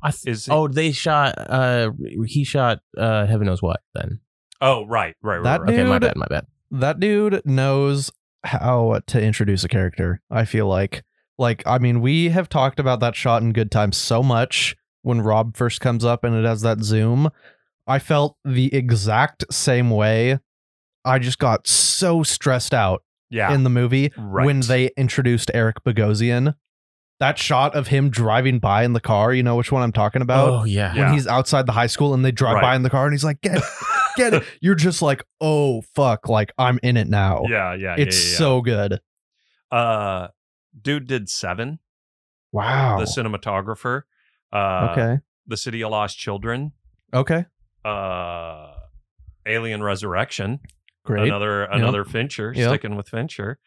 Speaker 3: I th-
Speaker 1: is
Speaker 3: oh, they shot. Uh, he shot. Uh, heaven knows what. Then.
Speaker 1: Oh, right, right, right.
Speaker 2: That
Speaker 1: right.
Speaker 3: Okay, my
Speaker 2: Dude.
Speaker 3: bad. My bad.
Speaker 2: That dude knows how to introduce a character. I feel like, like I mean, we have talked about that shot in Good Time so much when Rob first comes up and it has that zoom. I felt the exact same way. I just got so stressed out
Speaker 1: Yeah.
Speaker 2: in the movie
Speaker 1: right.
Speaker 2: when they introduced Eric Bogosian. That shot of him driving by in the car, you know which one I'm talking about?
Speaker 3: oh yeah.
Speaker 1: Yeah.
Speaker 2: When he's outside the high school and they drive
Speaker 1: Right.
Speaker 2: by in the car and he's like, get, get it. You're just like, oh, fuck. Like, I'm in it now.
Speaker 1: Yeah, yeah, yeah,
Speaker 2: It's
Speaker 1: yeah, yeah.
Speaker 2: so good.
Speaker 1: uh dude did seven
Speaker 2: Wow.
Speaker 1: the cinematographer uh
Speaker 2: okay.
Speaker 1: the city of lost children
Speaker 2: Okay.
Speaker 1: uh alien resurrection
Speaker 2: Great.
Speaker 1: another another fincher
Speaker 2: Yep.
Speaker 1: sticking with fincher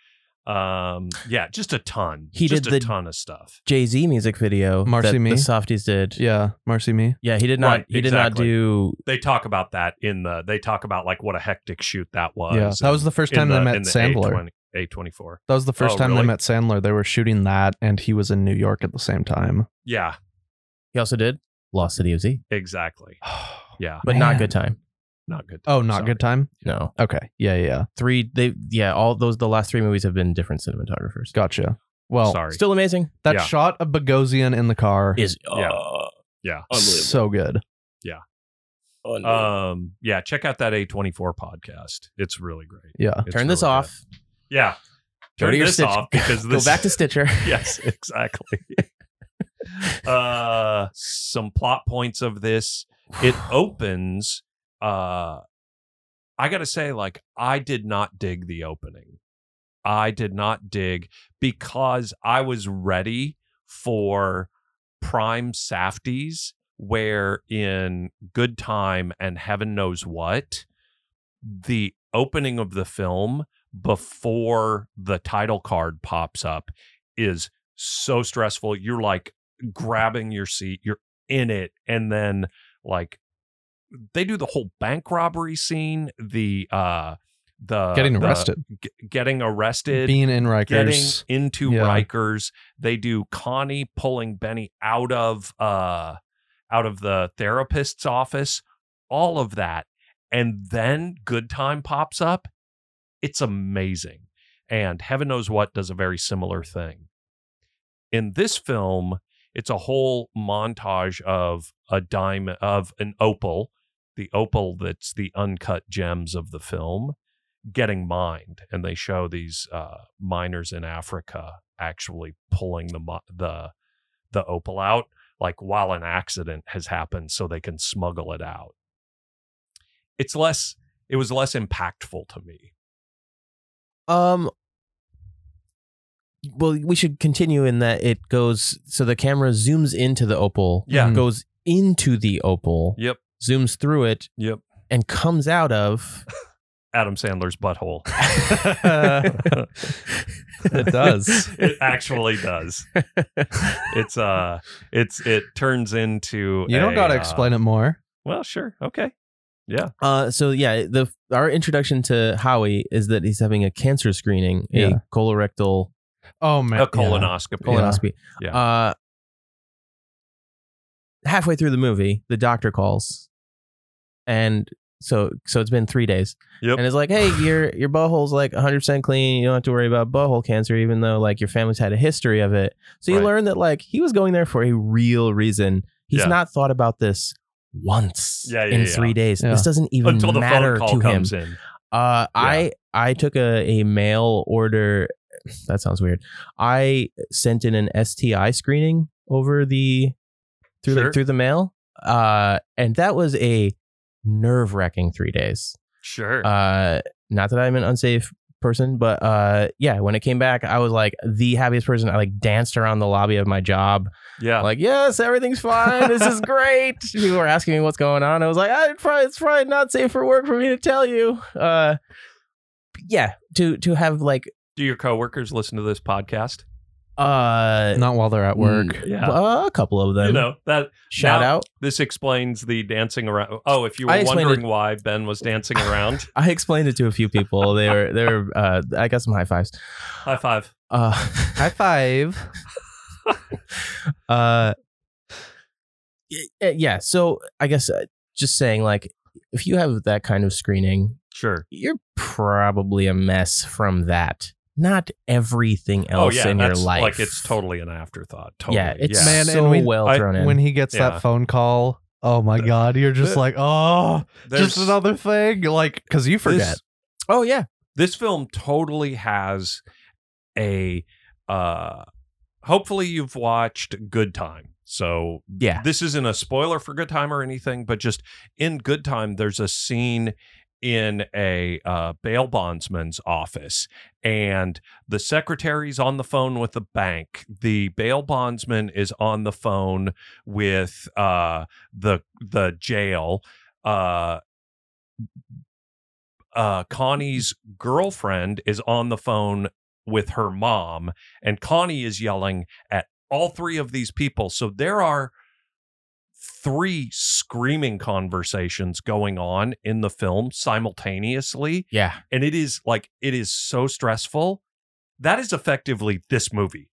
Speaker 1: um yeah just a ton
Speaker 3: He
Speaker 1: just
Speaker 3: did
Speaker 1: a
Speaker 3: the-
Speaker 1: ton of stuff
Speaker 3: Jay Z music video.
Speaker 2: Marcy
Speaker 3: that
Speaker 2: Me?
Speaker 3: The softies did.
Speaker 2: Yeah. Marcy Me.
Speaker 3: Yeah, he did not.
Speaker 1: Right,
Speaker 3: he did not
Speaker 1: exactly.
Speaker 3: do.
Speaker 1: they talk about that in the they talk about like what a hectic shoot that was
Speaker 2: yeah. That was the first time I met Sandler.
Speaker 1: a24
Speaker 2: that was the first
Speaker 1: Oh,
Speaker 2: time
Speaker 1: really?
Speaker 2: they met Sandler. They were shooting that and he was in New York at the same time.
Speaker 1: yeah
Speaker 3: He also did Lost City of Z,
Speaker 1: exactly yeah
Speaker 3: but
Speaker 2: Man.
Speaker 3: not Good Time.
Speaker 1: not good
Speaker 2: Oh, not
Speaker 1: Sorry.
Speaker 2: good time?
Speaker 3: No,
Speaker 2: Okay. Yeah. Yeah. yeah.
Speaker 3: three. They yeah. All those the last three movies have been different cinematographers.
Speaker 2: Gotcha. Well,
Speaker 1: sorry
Speaker 3: Still amazing.
Speaker 2: that
Speaker 1: Yeah.
Speaker 2: shot of Bogosian in the car
Speaker 3: Is
Speaker 1: Yeah.
Speaker 2: Oh.
Speaker 3: uh,
Speaker 1: yeah
Speaker 2: so good.
Speaker 3: unbelievable.
Speaker 1: um yeah check out that a24 podcast it's really great
Speaker 2: Yeah.
Speaker 1: It's
Speaker 3: turn this
Speaker 1: really good.
Speaker 3: off.
Speaker 1: Yeah. Turn
Speaker 3: to your
Speaker 1: this
Speaker 3: Stitch-
Speaker 1: off because
Speaker 3: Go
Speaker 1: this
Speaker 3: back to Stitcher.
Speaker 1: Yes, exactly. uh some plot points of this. It opens uh I got to say like I did not dig the opening. I did not dig because I was ready for prime safties where in good time and heaven knows what the opening of the film before the title card pops up is so stressful you're like grabbing your seat you're in it and then like they do the whole bank robbery scene the uh the
Speaker 2: Getting
Speaker 1: the-
Speaker 2: arrested.
Speaker 1: g- getting arrested
Speaker 2: Being
Speaker 1: getting
Speaker 2: in Rikers.
Speaker 1: into
Speaker 2: Yeah.
Speaker 1: Rikers. They do Connie pulling Benny out of uh out of the therapist's office, all of that. And then Good Time pops up. It's amazing. And Heaven Knows What does a very similar thing. In this film, it's a whole montage of a diamond of an opal, the opal that's the uncut gems of the film getting mined, and they show these uh, miners in Africa actually pulling the mo- the the opal out, like while an accident has happened, so they can smuggle it out. It's less. It was less impactful to me.
Speaker 3: Um. Well, we should continue in that it goes so the camera zooms into the opal,
Speaker 1: Yeah.
Speaker 3: goes into the opal,
Speaker 1: Yep.
Speaker 3: zooms through it,
Speaker 1: Yep.
Speaker 3: and comes out of.
Speaker 1: Adam Sandler's butthole.
Speaker 2: It does.
Speaker 1: it actually does. It's uh it's it turns into
Speaker 2: You don't
Speaker 1: a,
Speaker 2: got to
Speaker 1: uh,
Speaker 2: explain it more.
Speaker 1: well, sure. Okay.
Speaker 3: Uh, so yeah, the our introduction to Howie is that he's having a cancer screening,
Speaker 2: Yeah.
Speaker 3: a colorectal
Speaker 2: Oh man,
Speaker 1: A colonoscopy.
Speaker 3: colonoscopy.
Speaker 1: Yeah.
Speaker 3: Uh, halfway through the movie, the doctor calls, and so so it's been three days,
Speaker 1: Yep.
Speaker 3: and it's like, hey, your your butthole's like 100 percent clean. You don't have to worry about butthole cancer, even though like your family's had a history of it. So you
Speaker 1: Right.
Speaker 3: learn that like he was going there for a real reason. He's
Speaker 1: Yeah.
Speaker 3: not thought about this once
Speaker 1: Yeah, yeah,
Speaker 3: in
Speaker 1: yeah.
Speaker 3: three days.
Speaker 2: Yeah.
Speaker 3: This doesn't even
Speaker 1: Until the
Speaker 3: matter
Speaker 1: phone call
Speaker 3: to him.
Speaker 1: comes in.
Speaker 3: Uh, I I took a, a mail order. That sounds weird. I sent in an STI screening over the through the,
Speaker 1: Sure.
Speaker 3: through the mail, uh, and that was a nerve wracking three days.
Speaker 1: Sure.
Speaker 3: Uh, not that I'm an unsafe person, but uh, yeah, when it came back, I was like the happiest person. I like danced around the lobby of my job,
Speaker 2: Oh.
Speaker 1: yeah.
Speaker 3: like yes, everything's fine. This is great. People were asking me what's going on. I was like, I, it's probably it's probably not safe for work for me to tell you. Uh, yeah, to to have like
Speaker 1: Do your coworkers listen to this podcast?
Speaker 3: uh,
Speaker 2: Not while they're at
Speaker 1: Mm.
Speaker 2: work.
Speaker 1: Yeah.
Speaker 3: a couple of them.
Speaker 1: you know, that
Speaker 3: Shout
Speaker 1: now-
Speaker 3: out.
Speaker 1: this explains the dancing around. Oh, if you
Speaker 3: I
Speaker 1: were
Speaker 3: explained
Speaker 1: wondering why Ben was dancing around,
Speaker 3: I explained it to a few people. They were they were. Uh, I got some high fives.
Speaker 1: high five.
Speaker 3: Uh,
Speaker 2: High five.
Speaker 3: uh y- uh, yeah so i guess uh, just saying like if you have that kind of screening
Speaker 1: Sure.
Speaker 3: you're probably a mess from that not everything else
Speaker 1: oh yeah,
Speaker 3: in your
Speaker 1: that's
Speaker 3: life
Speaker 1: like it's totally an afterthought. Totally.
Speaker 3: yeah it's
Speaker 1: yeah.
Speaker 2: Man,
Speaker 3: so
Speaker 2: and we-
Speaker 3: well
Speaker 1: I-
Speaker 3: thrown in
Speaker 2: When he gets
Speaker 1: Yeah.
Speaker 2: that phone call, oh my god, you're just
Speaker 1: the-
Speaker 2: like, oh,
Speaker 1: There's-
Speaker 2: just another thing, like because you forget.
Speaker 1: This,
Speaker 3: oh yeah
Speaker 1: this film totally has a. uh Hopefully, you've watched Good Time. So
Speaker 3: yeah
Speaker 1: this isn't a spoiler for Good Time or anything, but just in Good Time, there's a scene in a uh, bail bondsman's office, and the secretary's on the phone with the bank. The bail bondsman is on the phone with uh, the the jail. Uh, uh, Connie's girlfriend is on the phone with her mom, and Connie is yelling at all three of these people. So there are three screaming conversations going on in the film simultaneously
Speaker 3: yeah
Speaker 1: and it is like it is so stressful that is effectively this movie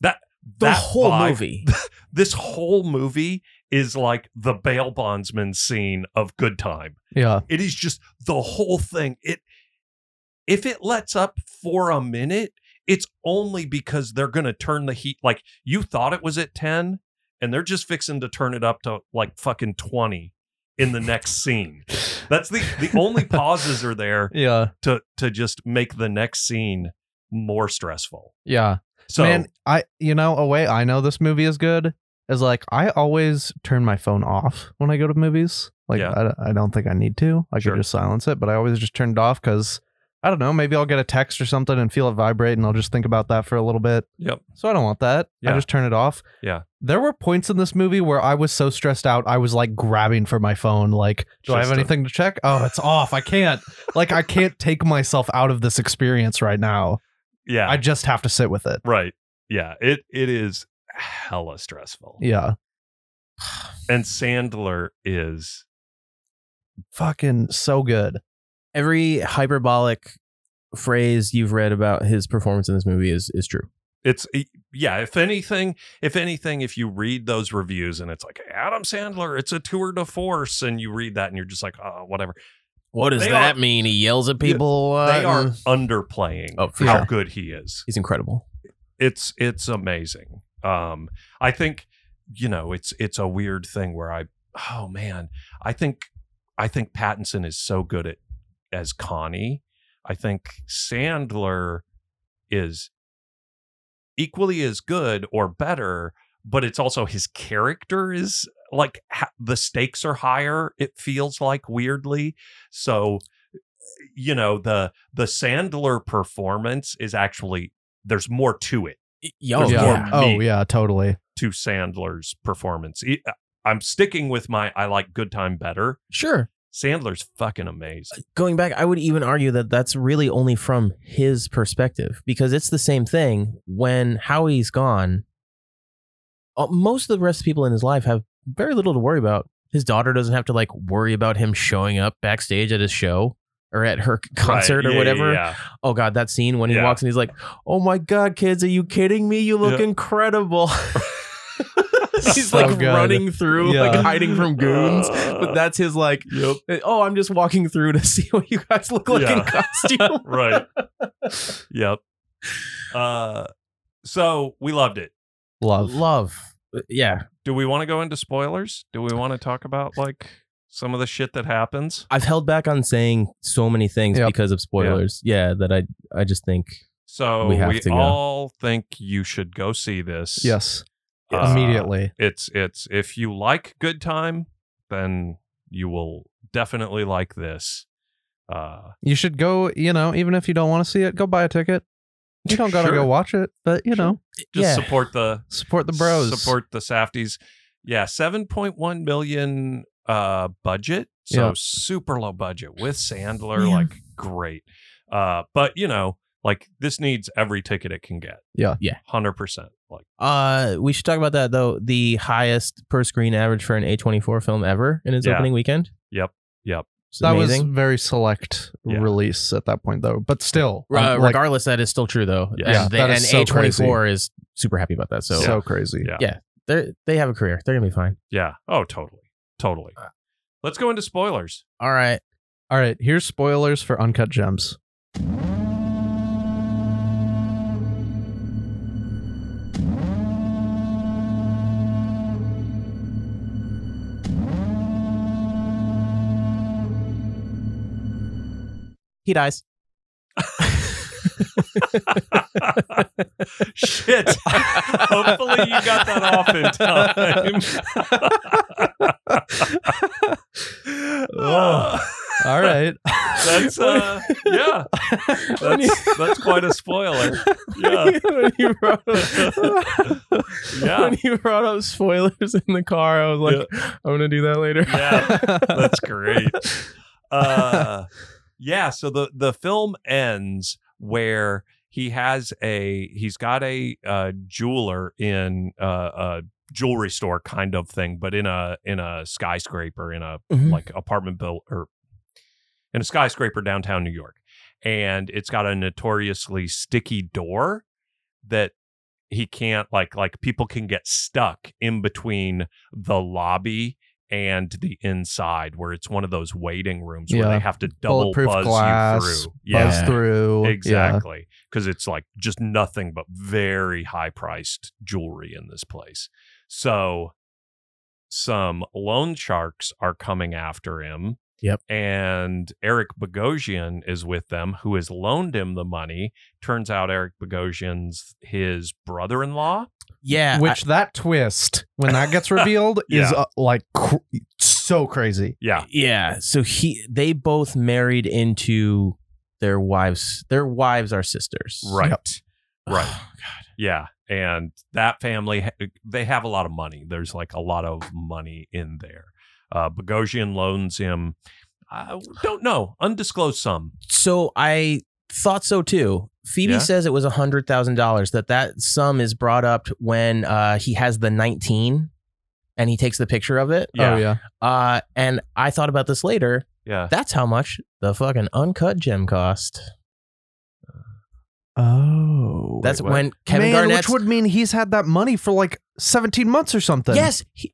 Speaker 1: that
Speaker 3: the
Speaker 1: that
Speaker 3: whole
Speaker 1: vibe-
Speaker 3: movie
Speaker 1: this whole movie is like the bail bondsman scene of good time
Speaker 2: Yeah,
Speaker 1: it is just the whole thing it if it lets up for a minute it's only because they're going to turn the heat like you thought it was at 10 and they're just fixing to turn it up to like fucking 20 in the next scene that's the the only pauses are there
Speaker 2: yeah,
Speaker 1: to to just make the next scene more stressful
Speaker 2: yeah.
Speaker 1: so
Speaker 2: Man, I you know a way I know this movie is good is like I always turn my phone off when I go to movies. Like
Speaker 1: Yeah.
Speaker 2: I, I don't think I need to. I
Speaker 1: Sure.
Speaker 2: could just silence it, but I always just turn it off because I don't know. Maybe I'll get a text or something and feel it vibrate, and I'll just think about that for a little bit.
Speaker 1: Yep.
Speaker 2: So I don't want that.
Speaker 1: Yeah.
Speaker 2: I just turn it off.
Speaker 1: Yeah.
Speaker 2: There were points in this movie where I was so stressed out, I was like grabbing for my phone. Like, do I have
Speaker 1: Just a-
Speaker 2: anything to check? Oh, it's off. I can't. like, I can't take myself out of this experience right now.
Speaker 1: yeah
Speaker 2: I just have to sit with it.
Speaker 1: right yeah it it is hella stressful
Speaker 2: Yeah.
Speaker 1: and sandler is
Speaker 2: fucking so good.
Speaker 3: every hyperbolic phrase you've read about his performance in this movie is is true
Speaker 1: it's yeah if anything if anything if you read those reviews and it's like adam sandler it's a tour de force and you read that and you're just like oh whatever
Speaker 3: what does
Speaker 1: They
Speaker 3: that
Speaker 1: are-
Speaker 3: mean he yells at
Speaker 1: Yeah,
Speaker 3: people a lot
Speaker 1: they are
Speaker 3: and-
Speaker 1: underplaying
Speaker 3: Oh, for
Speaker 1: how
Speaker 3: sure.
Speaker 1: good he is
Speaker 3: he's incredible
Speaker 1: it's it's amazing um i think you know it's it's a weird thing where i oh man i think i think pattinson is so good at as connie i think sandler is equally as good or better but it's also his character is like ha- the stakes are higher it feels like weirdly so you know the the Sandler performance is actually there's more to it
Speaker 3: Yo,
Speaker 1: There's
Speaker 2: yeah.
Speaker 1: more
Speaker 2: Oh
Speaker 1: meat.
Speaker 2: yeah, totally.
Speaker 1: to Sandler's performance. E- I'm sticking with my I like Good Time better.
Speaker 3: Sure.
Speaker 1: Sandler's fucking amazing.
Speaker 3: Going back, I would even argue that that's really only from his perspective because it's the same thing when Howie's gone. uh, Most of the rest of the people in his life have very little to worry about. His daughter doesn't have to like worry about him showing up backstage at his show or at her concert
Speaker 1: Right, yeah,
Speaker 3: or whatever.
Speaker 1: yeah,
Speaker 3: Oh god, that scene when he
Speaker 1: Yeah.
Speaker 3: walks in, he's like, "Oh my god, kids, are you kidding me? You look
Speaker 1: Yeah.
Speaker 3: incredible." he's
Speaker 2: So
Speaker 3: like
Speaker 2: good.
Speaker 3: running through, like
Speaker 2: Yeah.
Speaker 3: hiding from goons. but that's his like,
Speaker 1: yeah. Yep.
Speaker 3: "Oh, I'm just walking through to see what you guys look like in
Speaker 1: Yeah.
Speaker 3: costume."
Speaker 1: Right. yep. Uh, so we loved it.
Speaker 2: Love.
Speaker 3: Love, Uh, yeah.
Speaker 1: Do we want to go into spoilers? Do we want to talk about like some of the shit that happens?
Speaker 3: I've held back on saying so many things
Speaker 2: Yep.
Speaker 3: because of spoilers. Yeah. that I I just think
Speaker 1: So
Speaker 3: We
Speaker 1: we,
Speaker 3: have to go.
Speaker 1: all think you should go see this.
Speaker 2: Yes.
Speaker 1: Uh,
Speaker 2: Immediately.
Speaker 1: It's it's if you like Good Time, then you will definitely like this. Uh,
Speaker 2: You should go, you know, even if you don't want to see it, go buy a ticket. You don't gotta
Speaker 1: Sure.
Speaker 2: go watch it, but you
Speaker 1: Sure.
Speaker 2: know,
Speaker 1: just
Speaker 3: Yeah.
Speaker 1: support the
Speaker 2: support the bros.
Speaker 1: support the safties yeah 7.1 million uh budget so
Speaker 2: Yeah.
Speaker 1: super low budget with sandler
Speaker 3: Yeah.
Speaker 1: like great uh but you know like this needs every ticket it can get
Speaker 2: Yeah.
Speaker 3: Yeah.
Speaker 1: 100% like
Speaker 3: uh we should talk about that though. The highest per screen average for an A24 film ever in its
Speaker 1: Yeah.
Speaker 3: opening weekend.
Speaker 1: Yep. Yep.
Speaker 3: It's
Speaker 2: That
Speaker 3: amazing.
Speaker 2: was very select
Speaker 1: Yeah.
Speaker 2: release at that point though. But still,
Speaker 3: Uh,
Speaker 2: I'm, like,
Speaker 3: regardless, that is still true though.
Speaker 1: Yeah.
Speaker 3: and, they,
Speaker 2: That
Speaker 3: and
Speaker 2: is so
Speaker 3: A24 is super happy about that. So,
Speaker 2: so, crazy.
Speaker 1: Yeah.
Speaker 3: they they have a career. They're gonna be fine.
Speaker 1: yeah oh totally totally
Speaker 2: Uh,
Speaker 1: let's go into spoilers
Speaker 3: All right.
Speaker 2: All right, here's spoilers for Uncut Gems.
Speaker 3: He dies.
Speaker 1: shit hopefully you got that off in time
Speaker 2: Oh. All right.
Speaker 1: that's uh yeah that's, that's quite a spoiler yeah
Speaker 3: when, you brought up,
Speaker 1: yeah
Speaker 3: when you brought up spoilers in the car, I was like, I'm gonna do that later.
Speaker 1: yeah that's great uh yeah so the the film ends where he has a he's got a uh jeweler in uh a jewelry store kind of thing but in a in a skyscraper in a
Speaker 3: Mhm.
Speaker 1: like apartment built or in a skyscraper downtown New York. And it's got a notoriously sticky door that he can't like like people can get stuck in between the lobby and the inside where it's one of those waiting rooms where
Speaker 2: Yeah.
Speaker 1: they have to double
Speaker 2: Bulletproof
Speaker 1: buzz
Speaker 2: glass,
Speaker 1: you through.
Speaker 2: Buzz through.
Speaker 1: Exactly. Because it's like just nothing but very high priced jewelry in this place. So some loan sharks are coming after him.
Speaker 3: Yep.
Speaker 1: And Eric Bogosian is with them, who has loaned him the money. Turns out Eric Bogosian's his brother in law.
Speaker 3: Yeah.
Speaker 2: Which that twist when that gets revealed is
Speaker 1: Yeah.
Speaker 2: uh, like cr- so crazy.
Speaker 1: Yeah.
Speaker 3: yeah. So he they both married into their wives. Their wives are sisters.
Speaker 1: Right. Right. Yeah. And that family, ha- uh, they have a lot of money. There's like a lot of money in there. Uh, Bogosian loans him, I don't know, undisclosed sum.
Speaker 3: So I thought so too. Phoebe
Speaker 1: Yeah.
Speaker 3: says it was hundred thousand dollars. That that sum is brought up when uh, he has the nineteen, and he takes the picture of it.
Speaker 1: Yeah.
Speaker 2: Oh yeah.
Speaker 3: Uh, and I thought about this later.
Speaker 1: Yeah.
Speaker 3: That's how much the fucking uncut gem cost.
Speaker 2: Oh.
Speaker 3: That's
Speaker 1: what?
Speaker 3: when
Speaker 2: Man,
Speaker 3: Kevin Garnett.
Speaker 2: which would mean he's had that money for like 17 months or something.
Speaker 3: yes, he-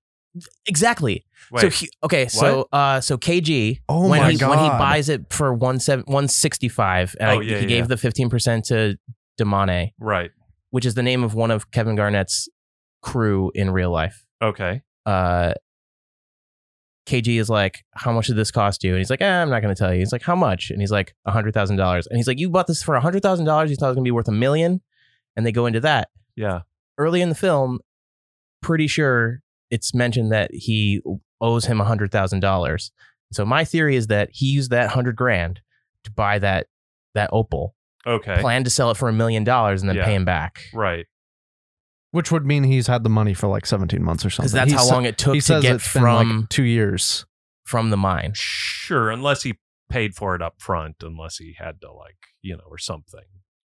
Speaker 3: exactly.
Speaker 1: Wait.
Speaker 3: So he, okay, so uh, so KG.
Speaker 2: Oh
Speaker 3: when
Speaker 2: my
Speaker 3: he
Speaker 2: god.
Speaker 3: when he buys it for one seven one sixty five, and I-
Speaker 1: Oh, yeah,
Speaker 3: he
Speaker 1: yeah,
Speaker 3: gave
Speaker 1: yeah.
Speaker 3: the fifteen percent to Demane.
Speaker 1: right.
Speaker 3: which is the name of one of Kevin Garnett's crew in real life.
Speaker 1: Okay.
Speaker 3: Uh, KG is like, "How much did this cost you?" And he's like, eh, "I'm not going to tell you." He's like, "How much?" And he's like, hundred thousand dollars." And he's like, "You bought this for hundred thousand dollars. You thought it was going to be worth a million? And they go into that
Speaker 1: Yeah.
Speaker 3: early in the film. Pretty sure it's mentioned that he owes him hundred thousand dollars. So my theory is that he used that hundred grand to buy that that opal.
Speaker 1: Okay.
Speaker 3: Planned to sell it for a million dollars and then
Speaker 1: Yeah.
Speaker 3: pay him back
Speaker 1: Right.
Speaker 2: which would mean he's had the money for like 17 months or something.
Speaker 3: because that's
Speaker 2: He
Speaker 3: how
Speaker 2: sa-
Speaker 3: long it took
Speaker 2: he
Speaker 3: to
Speaker 2: says
Speaker 3: get
Speaker 2: it's been like
Speaker 3: from
Speaker 2: two years.
Speaker 3: from the mine.
Speaker 1: Sure, unless he paid for it up front, unless he had to like, you know, or something.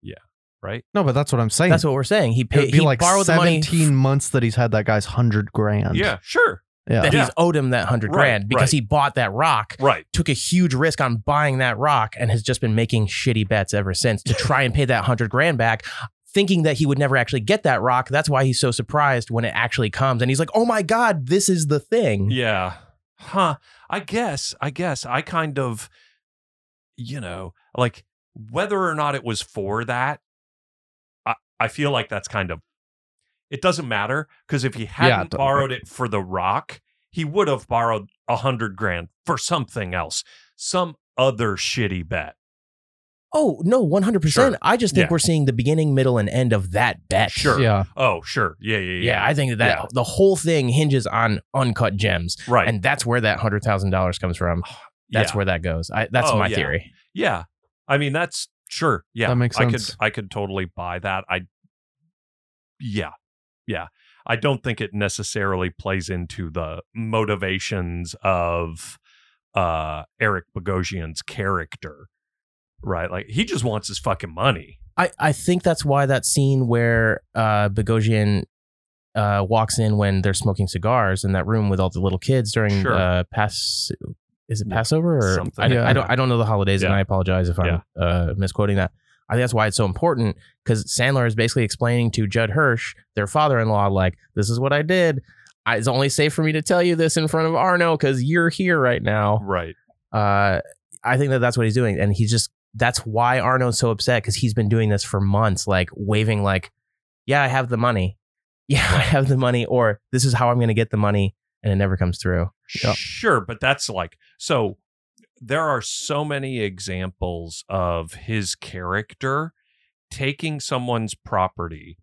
Speaker 1: Yeah. Right?
Speaker 2: No, but that's what I'm saying.
Speaker 3: That's what we're saying. He
Speaker 2: it
Speaker 3: paid.
Speaker 2: would be
Speaker 3: He
Speaker 2: like
Speaker 3: borrowed the money
Speaker 2: 17 months that he's had that guy's hundred grand.
Speaker 1: yeah, sure.
Speaker 2: yeah.
Speaker 3: that
Speaker 1: Yeah.
Speaker 3: he's owed him that hundred
Speaker 1: Right,
Speaker 3: grand because
Speaker 1: right.
Speaker 3: he bought that rock,
Speaker 1: Right.
Speaker 3: took a huge risk on buying that rock, and has just been making shitty bets ever since to try and pay that hundred grand back, thinking that he would never actually get that rock. That's why he's so surprised when it actually comes, and he's like, "Oh my god, this is the thing."
Speaker 1: Yeah. Huh. I guess, I guess I kind of, you know, like whether or not it was for that, I, I feel like that's kind of, it doesn't matter because if he hadn't
Speaker 2: doesn't
Speaker 1: borrowed it for the rock, he would have borrowed a hundred grand for something else, some other shitty bet.
Speaker 3: Oh no, one hundred percent.
Speaker 1: Sure.
Speaker 3: I just think
Speaker 1: Yeah.
Speaker 3: we're seeing the beginning, middle, and end of that bet.
Speaker 1: Sure.
Speaker 2: Yeah.
Speaker 1: Oh, sure. Yeah. Yeah. Yeah.
Speaker 3: Yeah, I think that, that
Speaker 1: Yeah.
Speaker 3: the whole thing hinges on uncut gems,
Speaker 1: right.
Speaker 3: and that's where that hundred thousand dollars comes from. That's
Speaker 1: yeah.
Speaker 3: where that goes. I, that's
Speaker 1: Oh,
Speaker 3: my
Speaker 1: yeah.
Speaker 3: theory.
Speaker 1: Yeah. I mean, that's sure. Yeah.
Speaker 2: That makes sense.
Speaker 1: I could I could totally buy that. I Yeah. Yeah. I don't think it necessarily plays into the motivations of uh Eric Bogosian's character. Right? Like he just wants his fucking money.
Speaker 3: I, I think that's why that scene where uh, Bogosian uh, walks in when they're smoking cigars in that room with all the little kids during
Speaker 1: Sure.
Speaker 3: uh, pass is it Passover or
Speaker 1: Something.
Speaker 3: I,
Speaker 2: Yeah.
Speaker 3: I don't I don't know the holidays and
Speaker 1: Yeah.
Speaker 3: I apologize if I'm uh, misquoting that. I think that's why it's so important because Sandler is basically explaining to Judd Hirsch, their father-in-law, like this is what I did. I, it's only safe for me to tell you this in front of Arno because you're here right now
Speaker 1: Right.
Speaker 3: uh, I think that that's what he's doing, and he's just that's why Arno's so upset because he's been doing this for months, like waving like, "Yeah, I have the money. Yeah, I have the money," or "This is how I'm going to get the money," and it never comes through. Yeah.
Speaker 1: Sure, but that's like so there are so many examples of his character taking someone's property,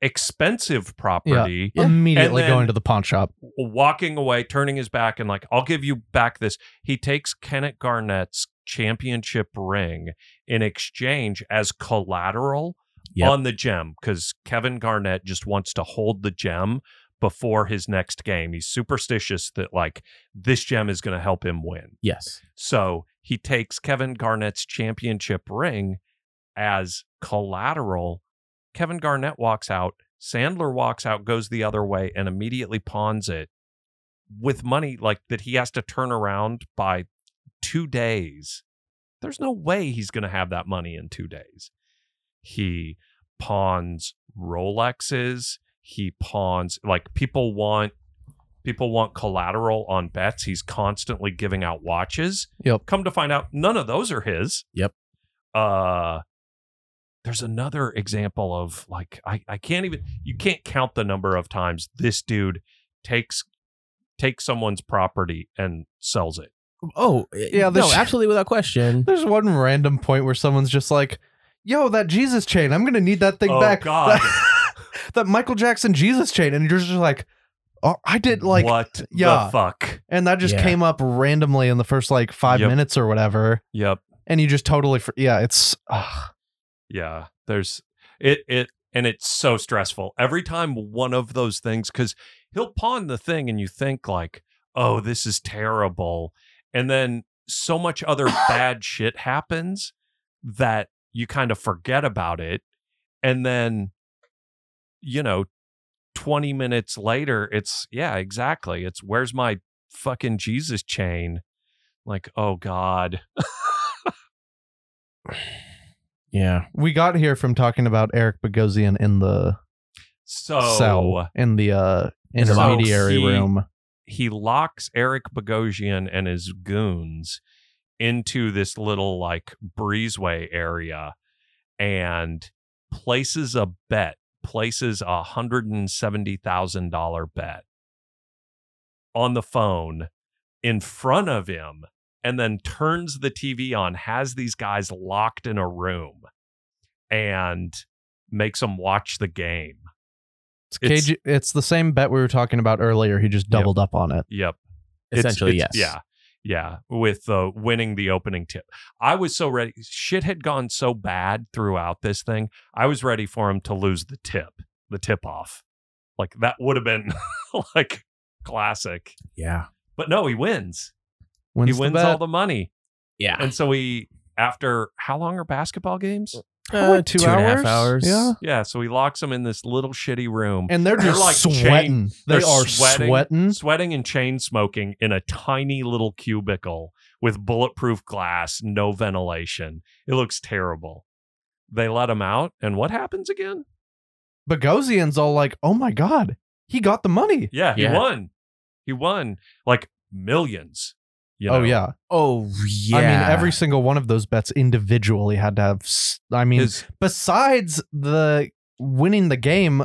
Speaker 1: expensive property,
Speaker 2: Immediately
Speaker 1: And then-
Speaker 2: going to the pawn shop.
Speaker 1: walking away, turning his back, and like, I'll give you back this. He takes Kenneth Garnett's championship ring in exchange as collateral
Speaker 3: Yep.
Speaker 1: on the gem because Kevin Garnett just wants to hold the gem before his next game. He's superstitious that like this gem is going to help him win.
Speaker 3: Yes,
Speaker 1: So he takes Kevin Garnett's championship ring as collateral. Kevin Garnett walks out. Sandler walks out, goes the other way, and immediately pawns it with money like that he has to turn around by two days. There's no way he's going to have that money in two days. He pawns Rolexes. He pawns like people want people want collateral on bets. He's constantly giving out watches.
Speaker 2: Yep.
Speaker 1: Come to find out, none of those are his.
Speaker 3: Yep.
Speaker 1: Uh there's another example of like I, I can't even you can't count the number of times this dude takes takes someone's property and sells it.
Speaker 3: Oh,
Speaker 2: Yeah,
Speaker 3: no,
Speaker 2: this-
Speaker 3: absolutely without question.
Speaker 2: There's one random point where someone's just like, "Yo, that Jesus chain, I'm gonna need that thing
Speaker 1: Oh,
Speaker 2: back."
Speaker 1: God.
Speaker 2: That, that Michael Jackson Jesus chain, and you're just like, "Oh, I did like,"
Speaker 1: what
Speaker 2: yeah.
Speaker 1: the fuck?
Speaker 2: and that just
Speaker 3: Yeah.
Speaker 2: came up randomly in the first like five
Speaker 1: Yep.
Speaker 2: minutes or whatever,
Speaker 1: Yep.
Speaker 2: and you just totally, fr- yeah, it's ugh.
Speaker 1: Yeah, there's it it and it's so stressful every time one of those things cuz he'll pawn the thing and you think like, "Oh, this is terrible." And then so much other bad shit happens that you kind of forget about it and then you know 20 minutes later it's yeah, exactly. It's where's my fucking Jesus chain? Like, "Oh god."
Speaker 3: Yeah,
Speaker 2: we got here from talking about Eric Bogosian in the
Speaker 1: So
Speaker 2: cell in the uh,
Speaker 3: In the box.
Speaker 2: intermediary
Speaker 1: He-
Speaker 2: room.
Speaker 1: he locks Eric Bogosian and his goons into this little like breezeway area and places a bet, places a hundred and seventy thousand dollar bet on the phone in front of him and then turns the TV on, has these guys locked in a room and makes them watch the game.
Speaker 2: It's,
Speaker 1: it's-
Speaker 2: KG, it's the same bet we were talking about earlier. He just doubled up on it.
Speaker 1: Yep. It's-
Speaker 3: essentially
Speaker 1: it's-
Speaker 3: yes.
Speaker 1: Yeah. Yeah, with uh, winning the opening tip. I was so ready. Shit had gone so bad throughout this thing. I was ready for him to lose the tip, the tip off. Like that would have been like classic.
Speaker 3: Yeah.
Speaker 1: But no, he wins.
Speaker 2: Wins
Speaker 1: he
Speaker 2: the
Speaker 1: wins
Speaker 2: bet.
Speaker 1: all the money.
Speaker 3: Ah, Yeah.
Speaker 1: And so he, after how long are basketball games?
Speaker 2: Probably Uh, two
Speaker 3: two and a half hours.
Speaker 2: hours. Yeah.
Speaker 1: Yeah. So he locks him in this little shitty room.
Speaker 2: And they're
Speaker 1: They're
Speaker 2: just
Speaker 1: like chained-
Speaker 2: sweating. They
Speaker 1: they're
Speaker 2: are
Speaker 1: sweating.
Speaker 2: sweating.
Speaker 1: sweating and chain smoking in a tiny little cubicle with bulletproof glass, no ventilation. It looks terrible. They let him out, and what happens again?
Speaker 2: Bogosian's all like, "Oh my god, he got the money."
Speaker 1: Yeah, he
Speaker 3: Yeah.
Speaker 1: won. He won like millions. You know?
Speaker 2: Oh yeah.
Speaker 3: Oh yeah.
Speaker 2: I mean, every single one of those bets individually had to have. s- I mean,
Speaker 1: His-
Speaker 2: besides the winning the game,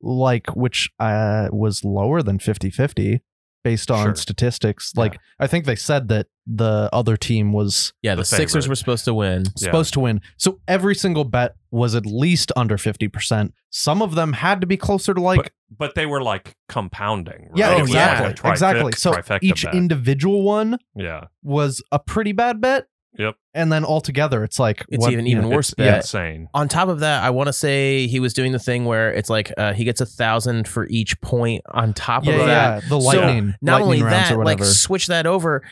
Speaker 2: like which uh, was lower than 50-50 based on
Speaker 1: Sure.
Speaker 2: statistics.
Speaker 1: Yeah.
Speaker 2: Like I think they said that the other team was
Speaker 3: yeah, the,
Speaker 1: the
Speaker 3: Sixers
Speaker 1: favorite.
Speaker 3: were supposed to win.
Speaker 1: Yeah.
Speaker 2: supposed to win. So every single bet was at least under 50%. Some of them had to be closer to like
Speaker 1: but, but they were like compounding. Right?
Speaker 2: yeah,
Speaker 1: It was like
Speaker 2: exactly.
Speaker 1: a trifec-
Speaker 2: exactly. So
Speaker 1: trifecta
Speaker 2: each
Speaker 1: bet.
Speaker 2: individual one
Speaker 1: yeah,
Speaker 2: was a pretty bad bet.
Speaker 1: Yep.
Speaker 2: And then altogether it's like
Speaker 3: It's
Speaker 2: what-
Speaker 3: even
Speaker 2: you
Speaker 3: even
Speaker 2: know,
Speaker 3: worse
Speaker 1: it's
Speaker 3: bet.
Speaker 1: insane.
Speaker 3: On top of that, I want to say he was doing the thing where it's like uh, he gets a thousand for each point on top
Speaker 2: Yeah,
Speaker 3: of
Speaker 2: yeah, yeah,
Speaker 3: that.
Speaker 2: the
Speaker 3: So,
Speaker 2: lightning,
Speaker 3: not
Speaker 2: lightning
Speaker 3: only
Speaker 2: rounds
Speaker 3: that,
Speaker 2: or
Speaker 3: like
Speaker 2: whatever.
Speaker 3: switch that over.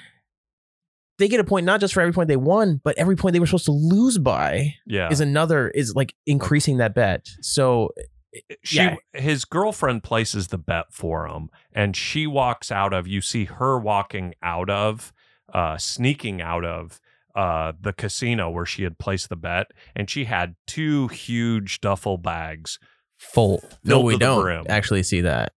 Speaker 3: They get a point not just for every point they won, but every point they were supposed to lose by
Speaker 1: Yeah,
Speaker 3: is another is like increasing that bet. So
Speaker 1: she
Speaker 3: Yeah.
Speaker 1: his girlfriend places the bet for him and she walks out of you see her walking out of uh sneaking out of uh the casino where she had placed the bet and she had two huge duffel bags
Speaker 3: full. No,
Speaker 1: Filled
Speaker 3: we
Speaker 1: to the
Speaker 3: don't
Speaker 1: brim.
Speaker 3: actually see that.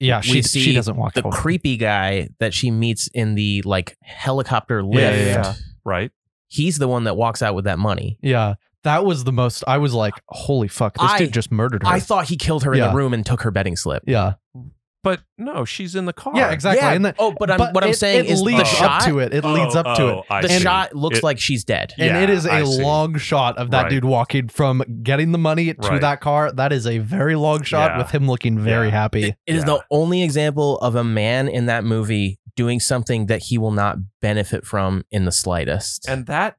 Speaker 2: yeah,
Speaker 3: we
Speaker 2: she she
Speaker 3: see
Speaker 2: doesn't walk
Speaker 3: The
Speaker 2: forward.
Speaker 3: creepy guy that she meets in the like helicopter lift.
Speaker 1: Yeah, yeah, yeah. right
Speaker 3: He's the one that walks out with that money.
Speaker 2: Yeah, that was the most. I was like, holy fuck, this
Speaker 3: I-
Speaker 2: dude just murdered her.
Speaker 3: I thought he killed her in
Speaker 2: Yeah.
Speaker 3: the room and took her betting slip.
Speaker 2: yeah,
Speaker 1: but no she's in the car
Speaker 2: yeah, exactly.
Speaker 3: Yeah.
Speaker 2: And then,
Speaker 3: Oh, but, I'm, what I'm
Speaker 2: it-
Speaker 3: saying
Speaker 2: it
Speaker 3: is
Speaker 2: leads
Speaker 3: the shot. Oh,
Speaker 2: up to it. It leads up to
Speaker 1: Oh,
Speaker 2: it,
Speaker 3: the shot looks like she's dead.
Speaker 2: and it is
Speaker 1: a
Speaker 2: a long shot of that
Speaker 1: Right.
Speaker 2: dude walking from getting the money to
Speaker 1: Right.
Speaker 2: that car. That is a very long shot
Speaker 1: Yeah.
Speaker 2: with him looking very
Speaker 1: Yeah.
Speaker 2: happy.
Speaker 3: It it is the only example of a man in that movie doing something that he will not benefit from in the slightest.
Speaker 1: and that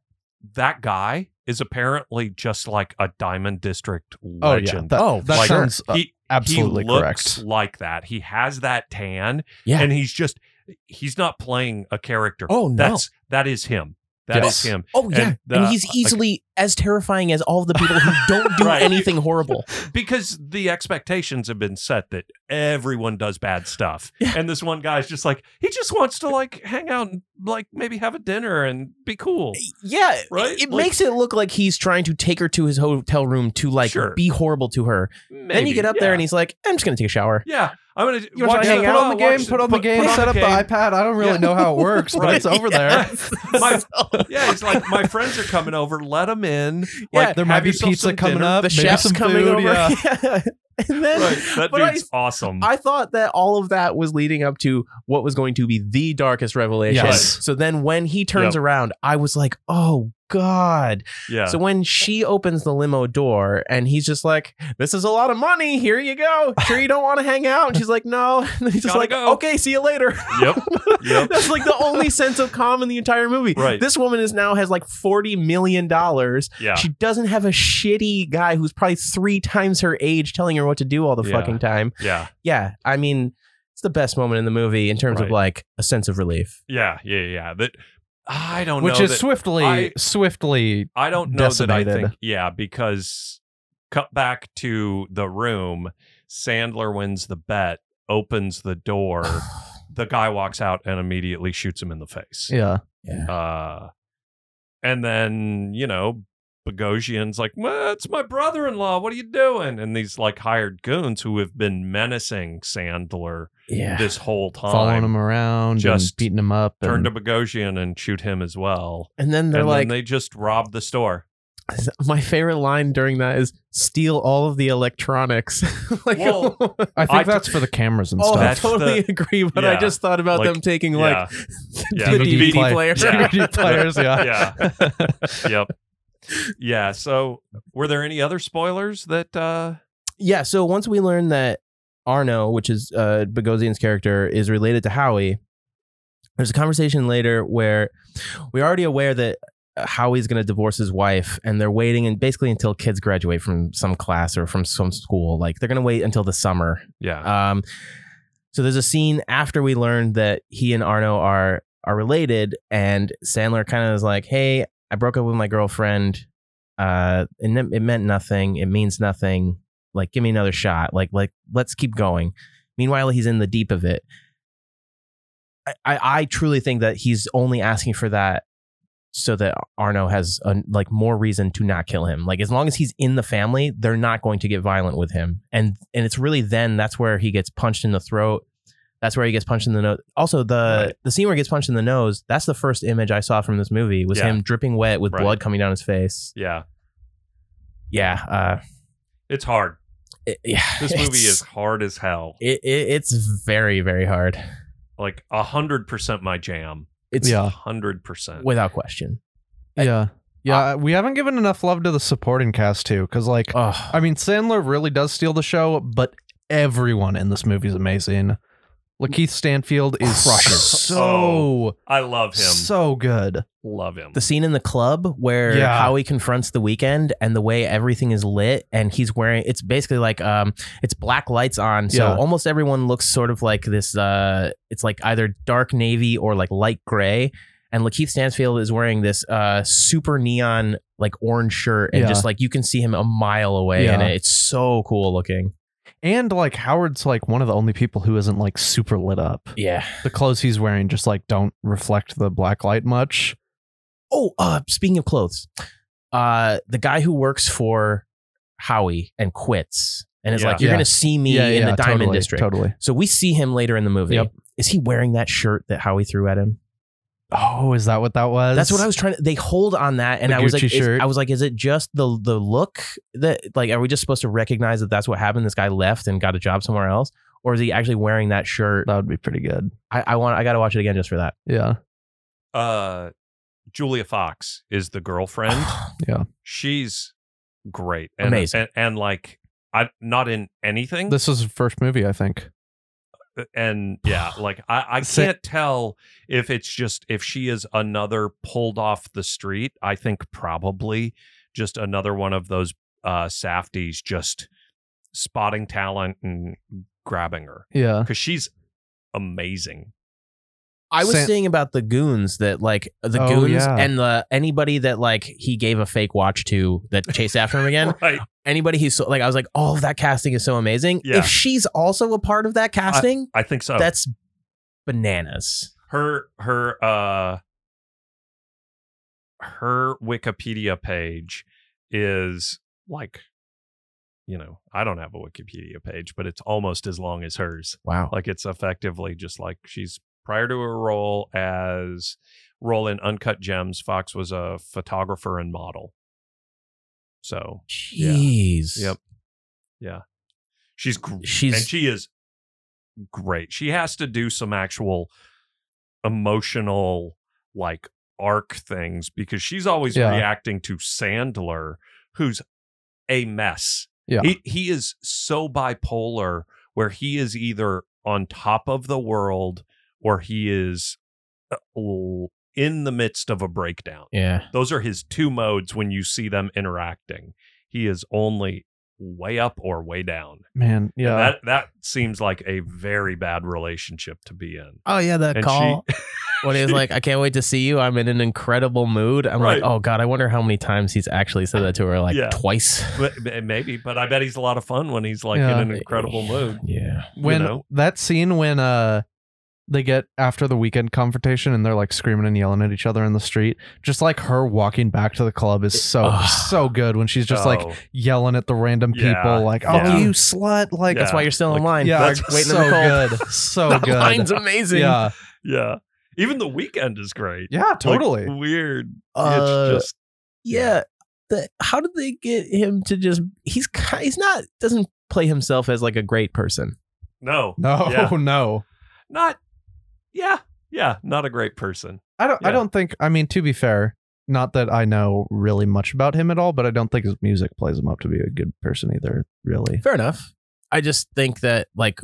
Speaker 1: that guy is apparently just like a diamond district
Speaker 2: oh
Speaker 1: legend
Speaker 2: yeah, that,
Speaker 3: Oh,
Speaker 2: that
Speaker 1: like,
Speaker 2: sounds uh,
Speaker 1: he,
Speaker 2: absolutely
Speaker 1: he looks
Speaker 2: correct.
Speaker 1: like that. He has that tan,
Speaker 3: yeah.
Speaker 1: and he's just he's not playing a character.
Speaker 3: oh no.
Speaker 1: That's that is him. That is
Speaker 2: Yes.
Speaker 1: him.
Speaker 3: oh yeah.
Speaker 1: and
Speaker 3: And,
Speaker 1: the-
Speaker 3: he's
Speaker 1: like-
Speaker 3: easily as terrifying as all of the people who don't do
Speaker 1: Right.
Speaker 3: anything horrible.
Speaker 1: Because the expectations have been set that everyone does bad stuff. And this one guy's just like he just wants to like hang out and like maybe have a dinner and be cool.
Speaker 3: Yeah.
Speaker 1: Right?
Speaker 3: It
Speaker 1: Like-
Speaker 3: makes it look like he's trying to take her to his hotel room to like
Speaker 1: Sure.
Speaker 3: be horrible to her. Then you
Speaker 1: Maybe,
Speaker 3: get up
Speaker 1: yeah.
Speaker 3: there and he's like, I'm just gonna take a shower.
Speaker 1: Yeah. I'm gonna
Speaker 2: You want to hang out on the game? Put on the game. Set up the iPad. I don't really
Speaker 1: Yeah.
Speaker 2: know how it works, but
Speaker 1: Right.
Speaker 2: it's over there.
Speaker 1: there. yeah, he's like, my friends are coming over. Let them in.
Speaker 3: Yeah.
Speaker 1: like,
Speaker 2: There might
Speaker 1: have
Speaker 2: be
Speaker 1: yourself
Speaker 2: pizza
Speaker 1: some
Speaker 2: coming
Speaker 1: dinner.
Speaker 2: up.
Speaker 3: the
Speaker 2: maybe
Speaker 3: chef's
Speaker 2: some
Speaker 3: coming
Speaker 2: food,
Speaker 3: over.
Speaker 2: yeah.
Speaker 3: and then
Speaker 1: Right. That
Speaker 3: but I-
Speaker 1: dude's awesome.
Speaker 3: I thought that all of that was leading up to what was going to be the darkest revelation.
Speaker 2: Yes.
Speaker 3: So then when he turns
Speaker 1: Yep.
Speaker 3: around, I was like, oh God.
Speaker 1: yeah.
Speaker 3: So when she opens the limo door and he's just like, this is a lot of money. Here you go. Sure, you don't want to hang out. And she's like, no. And he's just
Speaker 1: Gotta
Speaker 3: like,
Speaker 1: go.
Speaker 3: okay, see you later.
Speaker 1: yep. Yep.
Speaker 3: That's like the only sense of calm in the entire movie.
Speaker 1: Right.
Speaker 3: This woman is now has like $40 million.
Speaker 1: Yeah.
Speaker 3: She doesn't have a shitty guy who's probably three times her age telling her what to do all the
Speaker 1: Yeah.
Speaker 3: fucking time
Speaker 1: Yeah.
Speaker 3: yeah, I mean, it's the best moment in the movie in terms
Speaker 1: Right.
Speaker 3: of like a sense of relief.
Speaker 1: Yeah. Yeah. Yeah. That I don't
Speaker 2: which
Speaker 1: know.
Speaker 2: is
Speaker 1: that-
Speaker 2: swiftly
Speaker 1: I-
Speaker 2: swiftly
Speaker 1: I don't know that I
Speaker 2: decimated.
Speaker 1: think. Yeah. Because cut back to the room, Sandler wins the bet, opens the door, the guy walks out and immediately shoots him in the face.
Speaker 2: yeah
Speaker 1: Uh, and then, you know, Bogosian's like, well, it's my brother in law. What are you doing? And these like hired goons who have been menacing Sandler
Speaker 3: Yeah.
Speaker 1: this whole time.
Speaker 2: following him around
Speaker 1: Just
Speaker 2: and beating him up and,
Speaker 1: Turn to Bogosian and shoot him as well.
Speaker 3: And then they're
Speaker 1: and
Speaker 3: like,
Speaker 1: then they just rob the store.
Speaker 3: my favorite line during that is steal all of the electronics. like,
Speaker 1: Whoa.
Speaker 3: oh,
Speaker 2: i think
Speaker 1: I-
Speaker 2: that's for the cameras and
Speaker 1: Oh,
Speaker 3: I
Speaker 1: that's
Speaker 2: stuff
Speaker 3: totally
Speaker 1: the-
Speaker 3: agree, but I
Speaker 1: yeah.
Speaker 3: just thought about
Speaker 1: Like,
Speaker 3: them taking
Speaker 1: yeah,
Speaker 3: like
Speaker 1: yeah.
Speaker 3: the
Speaker 2: DVD
Speaker 3: DVD,
Speaker 2: play.
Speaker 3: player.
Speaker 1: Yeah.
Speaker 2: DVD players yeah
Speaker 1: yeah, yep, yeah. So, were there any other spoilers that? uh
Speaker 3: Yeah, so once we learn that Arno, which is uh Bogosian's character, is related to Howie, there's a conversation later where we're already aware that uh, Howie's going to divorce his wife, and they're waiting and basically until kids graduate from some class or from some school. Like they're going to wait until the summer.
Speaker 1: Yeah.
Speaker 3: Um, so there's a scene after we learn that he and Arno are are related, and Sandler kind of is like, "Hey, I broke up with my girlfriend. Uh, and it, it meant nothing. It means nothing. Like, give me another shot. Like, like let's keep going." Meanwhile, he's in the deep of it. I, I, I truly think that he's only asking for that so that Arno has a, like more reason to not kill him. Like as long as he's in the family, they're not going to get violent with him. And and it's really then that's where he gets punched in the throat. That's where he gets punched in the nose. Also, the
Speaker 1: Right.
Speaker 3: the scene where he gets punched in the nose. That's the first image I saw from this movie was
Speaker 1: Yeah.
Speaker 3: him dripping wet with
Speaker 1: Right.
Speaker 3: blood coming down his face.
Speaker 1: yeah.
Speaker 3: Yeah, uh,
Speaker 1: It's hard.
Speaker 3: it- yeah.
Speaker 1: This movie
Speaker 3: it's-
Speaker 1: is hard as hell.
Speaker 3: it, it, it's
Speaker 2: Mm-hmm.
Speaker 3: very very hard.
Speaker 1: Like hundred percent my jam.
Speaker 3: It's
Speaker 2: Yeah.
Speaker 1: hundred percent.
Speaker 3: without question.
Speaker 2: Yeah. Yeah. we haven't given enough love to the supporting cast, too. Because, like,
Speaker 3: Oh,
Speaker 2: I mean, Sandler really does steal the show, but everyone in this movie is amazing. Lakeith Stanfield is
Speaker 3: Crushes.
Speaker 2: so,
Speaker 1: I love Oh, him.
Speaker 2: so good.
Speaker 1: love him.
Speaker 3: the scene in the club where
Speaker 2: Yeah.
Speaker 3: Howie confronts the weekend and the way everything is lit and he's wearing it's basically like um it's black lights on so
Speaker 2: Yeah.
Speaker 3: almost everyone looks sort of like this uh it's like either dark navy or like light gray and Lakeith Stansfield is wearing this uh super neon like orange shirt and
Speaker 2: Yeah.
Speaker 3: just like you can see him a mile away and
Speaker 2: Yeah.
Speaker 3: it's so cool looking
Speaker 2: And like Howard's like one of the only people who isn't like super lit up.
Speaker 3: yeah
Speaker 2: The clothes he's wearing just like don't reflect the black light much.
Speaker 3: Oh, uh, speaking of clothes, uh, the guy who works for Howie and quits and is
Speaker 1: Yeah.
Speaker 3: like, "You're
Speaker 2: Yeah.
Speaker 3: gonna see me in the Diamond
Speaker 2: totally,
Speaker 3: District."
Speaker 2: Totally.
Speaker 3: So we see him later in the movie.
Speaker 2: Yep.
Speaker 3: Is he wearing that shirt that Howie threw at him?
Speaker 2: Oh, is that what that was?
Speaker 3: That's what I was trying to. They hold on that, and
Speaker 2: The
Speaker 3: I was like,
Speaker 2: Gucci
Speaker 3: is-
Speaker 2: shirt.
Speaker 3: I was like, is it just the the look that like are we just supposed to recognize that that's what happened? This guy left and got a job somewhere else, or is he actually wearing that shirt?
Speaker 2: That would be pretty good.
Speaker 3: I, I want. I got to watch it again just for that.
Speaker 2: Yeah.
Speaker 1: uh Julia Fox is the girlfriend. She's great. And,
Speaker 3: Amazing.
Speaker 1: And, and like I not in anything.
Speaker 2: This was the first movie, I think.
Speaker 1: and yeah, like I, I
Speaker 2: Sa-
Speaker 1: can't tell if it's just if she is another pulled off the street. I think probably just another one of those uh safties just spotting talent and grabbing her.
Speaker 2: Yeah.
Speaker 1: Because she's amazing.
Speaker 3: I was
Speaker 2: San-
Speaker 3: saying about the goons that like the
Speaker 2: Oh,
Speaker 3: goons
Speaker 2: yeah.
Speaker 3: and the anybody that like he gave a fake watch to that chased after him again.
Speaker 1: Right.
Speaker 3: anybody he's so, like I was like, oh, that casting is so amazing.
Speaker 1: Yeah.
Speaker 3: If she's also a part of that casting,
Speaker 1: I oh. think so.
Speaker 3: that's bananas.
Speaker 1: her her uh her wikipedia page is like you know i don't have a wikipedia page but it's almost as long as hers
Speaker 3: Wow.
Speaker 1: like it's effectively just like she's prior to her role as role in uncut gems fox was a photographer and model so yeah.
Speaker 3: Jeez.
Speaker 1: Yep. she's gr-
Speaker 3: She's
Speaker 1: and she is great. She has to do some actual emotional like arc things because she's always
Speaker 2: Yeah.
Speaker 1: reacting to Sandler, who's a mess.
Speaker 2: Yeah.
Speaker 1: He he is so bipolar where he is either on top of the world or he is uh, l- in the midst of a breakdown.
Speaker 3: yeah.
Speaker 1: Those are his two modes when you see them interacting. He is only way up or way down.
Speaker 2: Man. Yeah.
Speaker 1: That that seems like a very bad relationship to be in.
Speaker 3: Oh yeah, that
Speaker 1: And
Speaker 3: call when he was like, "I can't wait to see you. I'm in an incredible mood." I'm
Speaker 1: Right.
Speaker 3: like, "Oh God, I wonder how many times he's actually said that to her. Like
Speaker 1: Yeah.
Speaker 3: twice."
Speaker 1: But, m- maybe, but I bet he's a lot of fun when he's like
Speaker 2: Yeah.
Speaker 1: in an incredible mood.
Speaker 3: Yeah.
Speaker 2: when
Speaker 1: know.
Speaker 2: that scene when uh they get after the weekend confrontation and they're like screaming and yelling at each other in the street just like her walking back to the club is so
Speaker 3: Ugh.
Speaker 2: so good when she's just like
Speaker 1: Oh,
Speaker 2: yelling at the random
Speaker 1: Yeah,
Speaker 2: people like oh
Speaker 1: yeah.
Speaker 2: you slut like
Speaker 1: Yeah.
Speaker 3: That's why you're still in
Speaker 1: Like,
Speaker 3: line.
Speaker 2: yeah
Speaker 1: that's
Speaker 3: waiting
Speaker 2: so
Speaker 3: in the cold.
Speaker 2: good so
Speaker 3: That line's
Speaker 2: good
Speaker 3: amazing.
Speaker 2: yeah
Speaker 1: yeah. Even the weekend is great.
Speaker 2: yeah
Speaker 1: Like,
Speaker 2: totally
Speaker 1: weird.
Speaker 3: Uh,
Speaker 1: it's just
Speaker 3: yeah. The, how did they get him to just? He's ki- he's not doesn't play himself as like a great person.
Speaker 1: no,
Speaker 2: no
Speaker 1: Yeah.
Speaker 2: no
Speaker 1: not. Yeah, yeah, not a great person.
Speaker 2: i don't
Speaker 1: Yeah.
Speaker 2: i don't think i mean to be fair not that i know really much about him at all but i don't think his music plays him up to be a good person either really
Speaker 3: Fair enough. I just think that like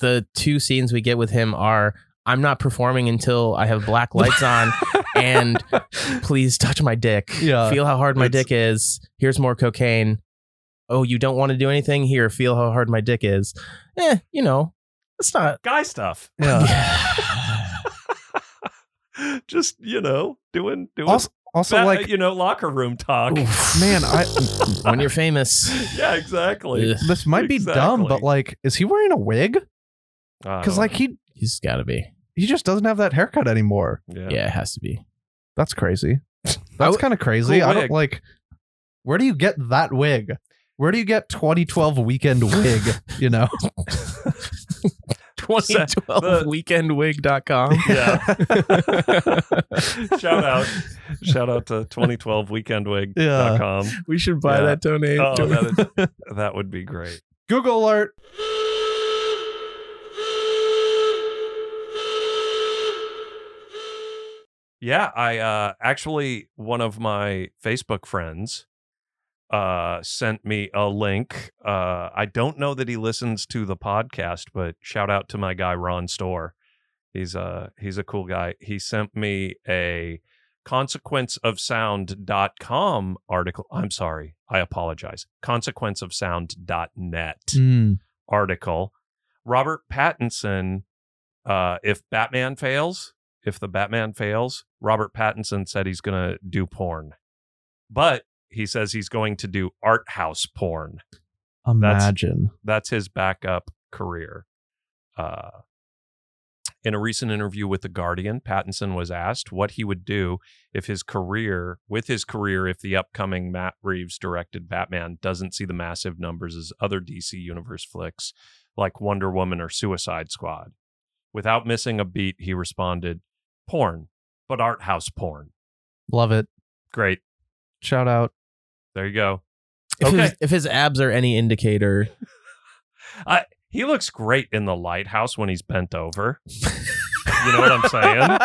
Speaker 3: the two scenes we get with him are I'm not performing until I have black lights on and please touch my dick.
Speaker 2: Yeah.
Speaker 3: Feel how hard my
Speaker 2: It's-
Speaker 3: dick is. Here's more cocaine. Oh, you don't want to do anything? Here, feel how hard my dick is. Eh, you know, it's not.
Speaker 1: Guy stuff.
Speaker 2: Yeah.
Speaker 1: Just, you know, doing doing
Speaker 2: also, also
Speaker 1: ba-
Speaker 2: like
Speaker 1: you know, locker room talk.
Speaker 2: man, I
Speaker 3: when you're famous.
Speaker 1: yeah, exactly.
Speaker 3: Ugh,
Speaker 2: this might be dumb, but
Speaker 1: Exactly.
Speaker 2: like, is he wearing a wig? Because like he
Speaker 3: He's got to be.
Speaker 2: he just doesn't have that haircut anymore.
Speaker 1: yeah.
Speaker 3: Yeah. it has to be.
Speaker 2: That's crazy. That's
Speaker 3: w-
Speaker 2: kind of crazy.
Speaker 1: Cool
Speaker 2: I don't
Speaker 1: wig.
Speaker 2: like. Where do you get that wig? Where do you get 2012 weekend wig? You know,
Speaker 3: 2012weekendwig.com.
Speaker 1: Yeah. Shout out. Shout out to 2012 weekendwig.com.
Speaker 3: We should buy
Speaker 1: Yeah.
Speaker 3: that donate.
Speaker 1: Oh, that, is, that would be great.
Speaker 2: Google alert.
Speaker 1: Yeah, I uh, actually one of my Facebook friends uh, sent me a link. Uh, I don't know that he listens to the podcast, but shout out to my guy Ron Store. He's a he's a cool guy. He sent me a consequenceofsound.com article. I'm sorry. I apologize. consequenceofsound.net
Speaker 2: Hmm,
Speaker 1: article. Robert Pattinson, uh, if Batman fails, if the Batman fails, Robert Pattinson said he's going to do porn, but he says he's going to do art house porn.
Speaker 2: Imagine.
Speaker 1: That's his backup career. Uh, in a recent interview with The Guardian, Pattinson was asked what he would do if his career, with his career, if the upcoming Matt Reeves directed Batman doesn't see the massive numbers as other DC Universe flicks like Wonder Woman or Suicide Squad. Without missing a beat, he responded, porn, but art house porn.
Speaker 2: Love it.
Speaker 1: Great.
Speaker 2: Shout out.
Speaker 1: There you go.
Speaker 3: If, his,
Speaker 1: Okay.
Speaker 3: if his abs are any indicator,
Speaker 1: He looks great in the lighthouse when he's bent over. you know what I'm saying?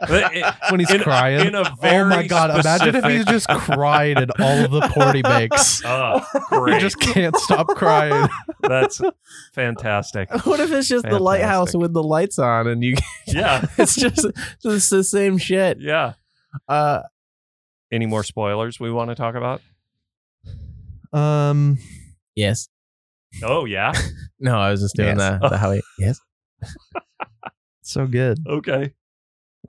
Speaker 1: But it-
Speaker 2: when he's
Speaker 1: in,
Speaker 2: crying.
Speaker 1: in a very
Speaker 2: oh my god! Imagine if he
Speaker 1: specific-
Speaker 2: just cried at all of the porty bakes.
Speaker 1: Oh,
Speaker 2: He
Speaker 1: great.
Speaker 2: just can't stop crying.
Speaker 1: That's fantastic.
Speaker 3: what if it's just the
Speaker 1: Fantastic.
Speaker 3: lighthouse with the lights on and you
Speaker 1: Yeah.
Speaker 3: it's just just the same shit.
Speaker 1: Yeah.
Speaker 3: Uh,
Speaker 1: Any more spoilers we want to talk about?
Speaker 2: Um,
Speaker 3: yes.
Speaker 1: Oh, yeah.
Speaker 3: No, I was just doing
Speaker 2: Yes.
Speaker 3: the, the how he yes.
Speaker 2: so good.
Speaker 1: Okay.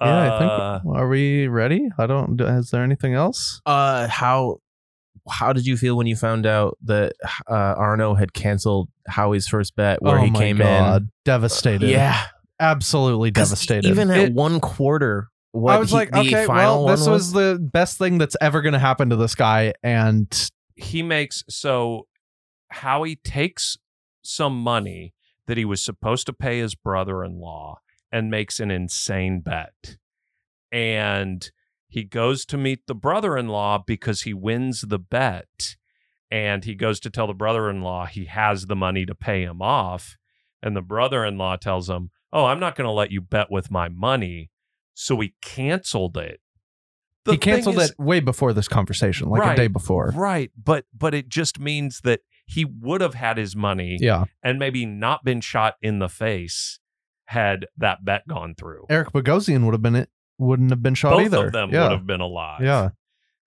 Speaker 2: Yeah, I
Speaker 1: Uh,
Speaker 2: think. Are we ready? I don't. Is there anything else?
Speaker 3: Uh, how how did you feel when you found out that uh, Arno had canceled Howie's first bet where
Speaker 2: oh
Speaker 3: he
Speaker 2: my
Speaker 3: came
Speaker 2: god!
Speaker 3: in?
Speaker 2: Devastated.
Speaker 3: Yeah,
Speaker 2: absolutely
Speaker 3: 'Cause
Speaker 2: devastated.
Speaker 3: Even at
Speaker 2: It-
Speaker 3: one quarter, what
Speaker 2: I was
Speaker 3: he-
Speaker 2: like,
Speaker 3: the
Speaker 2: okay,
Speaker 3: final
Speaker 2: well, this
Speaker 3: one
Speaker 2: was the best thing that's ever going to happen to this guy, and
Speaker 1: he makes so Howie takes some money that he was supposed to pay his brother in law and makes an insane bet. And he goes to meet the brother in law because he wins the bet. And he goes to tell the brother in law he has the money to pay him off. And the brother in law tells him, Oh, I'm not going to let you bet with my money. So he canceled it. The
Speaker 2: he
Speaker 1: thing
Speaker 2: canceled
Speaker 1: is-
Speaker 2: it way before this conversation, like a
Speaker 1: Right.
Speaker 2: day before.
Speaker 1: Right, but but it just means that he would have had his money
Speaker 2: Yeah,
Speaker 1: and maybe not been shot in the face had that bet gone through.
Speaker 2: Eric Bogosian would have been it. Wouldn't have been shot
Speaker 1: Both
Speaker 2: either.
Speaker 1: of them
Speaker 2: yeah.
Speaker 1: would have been alive.
Speaker 2: Yeah.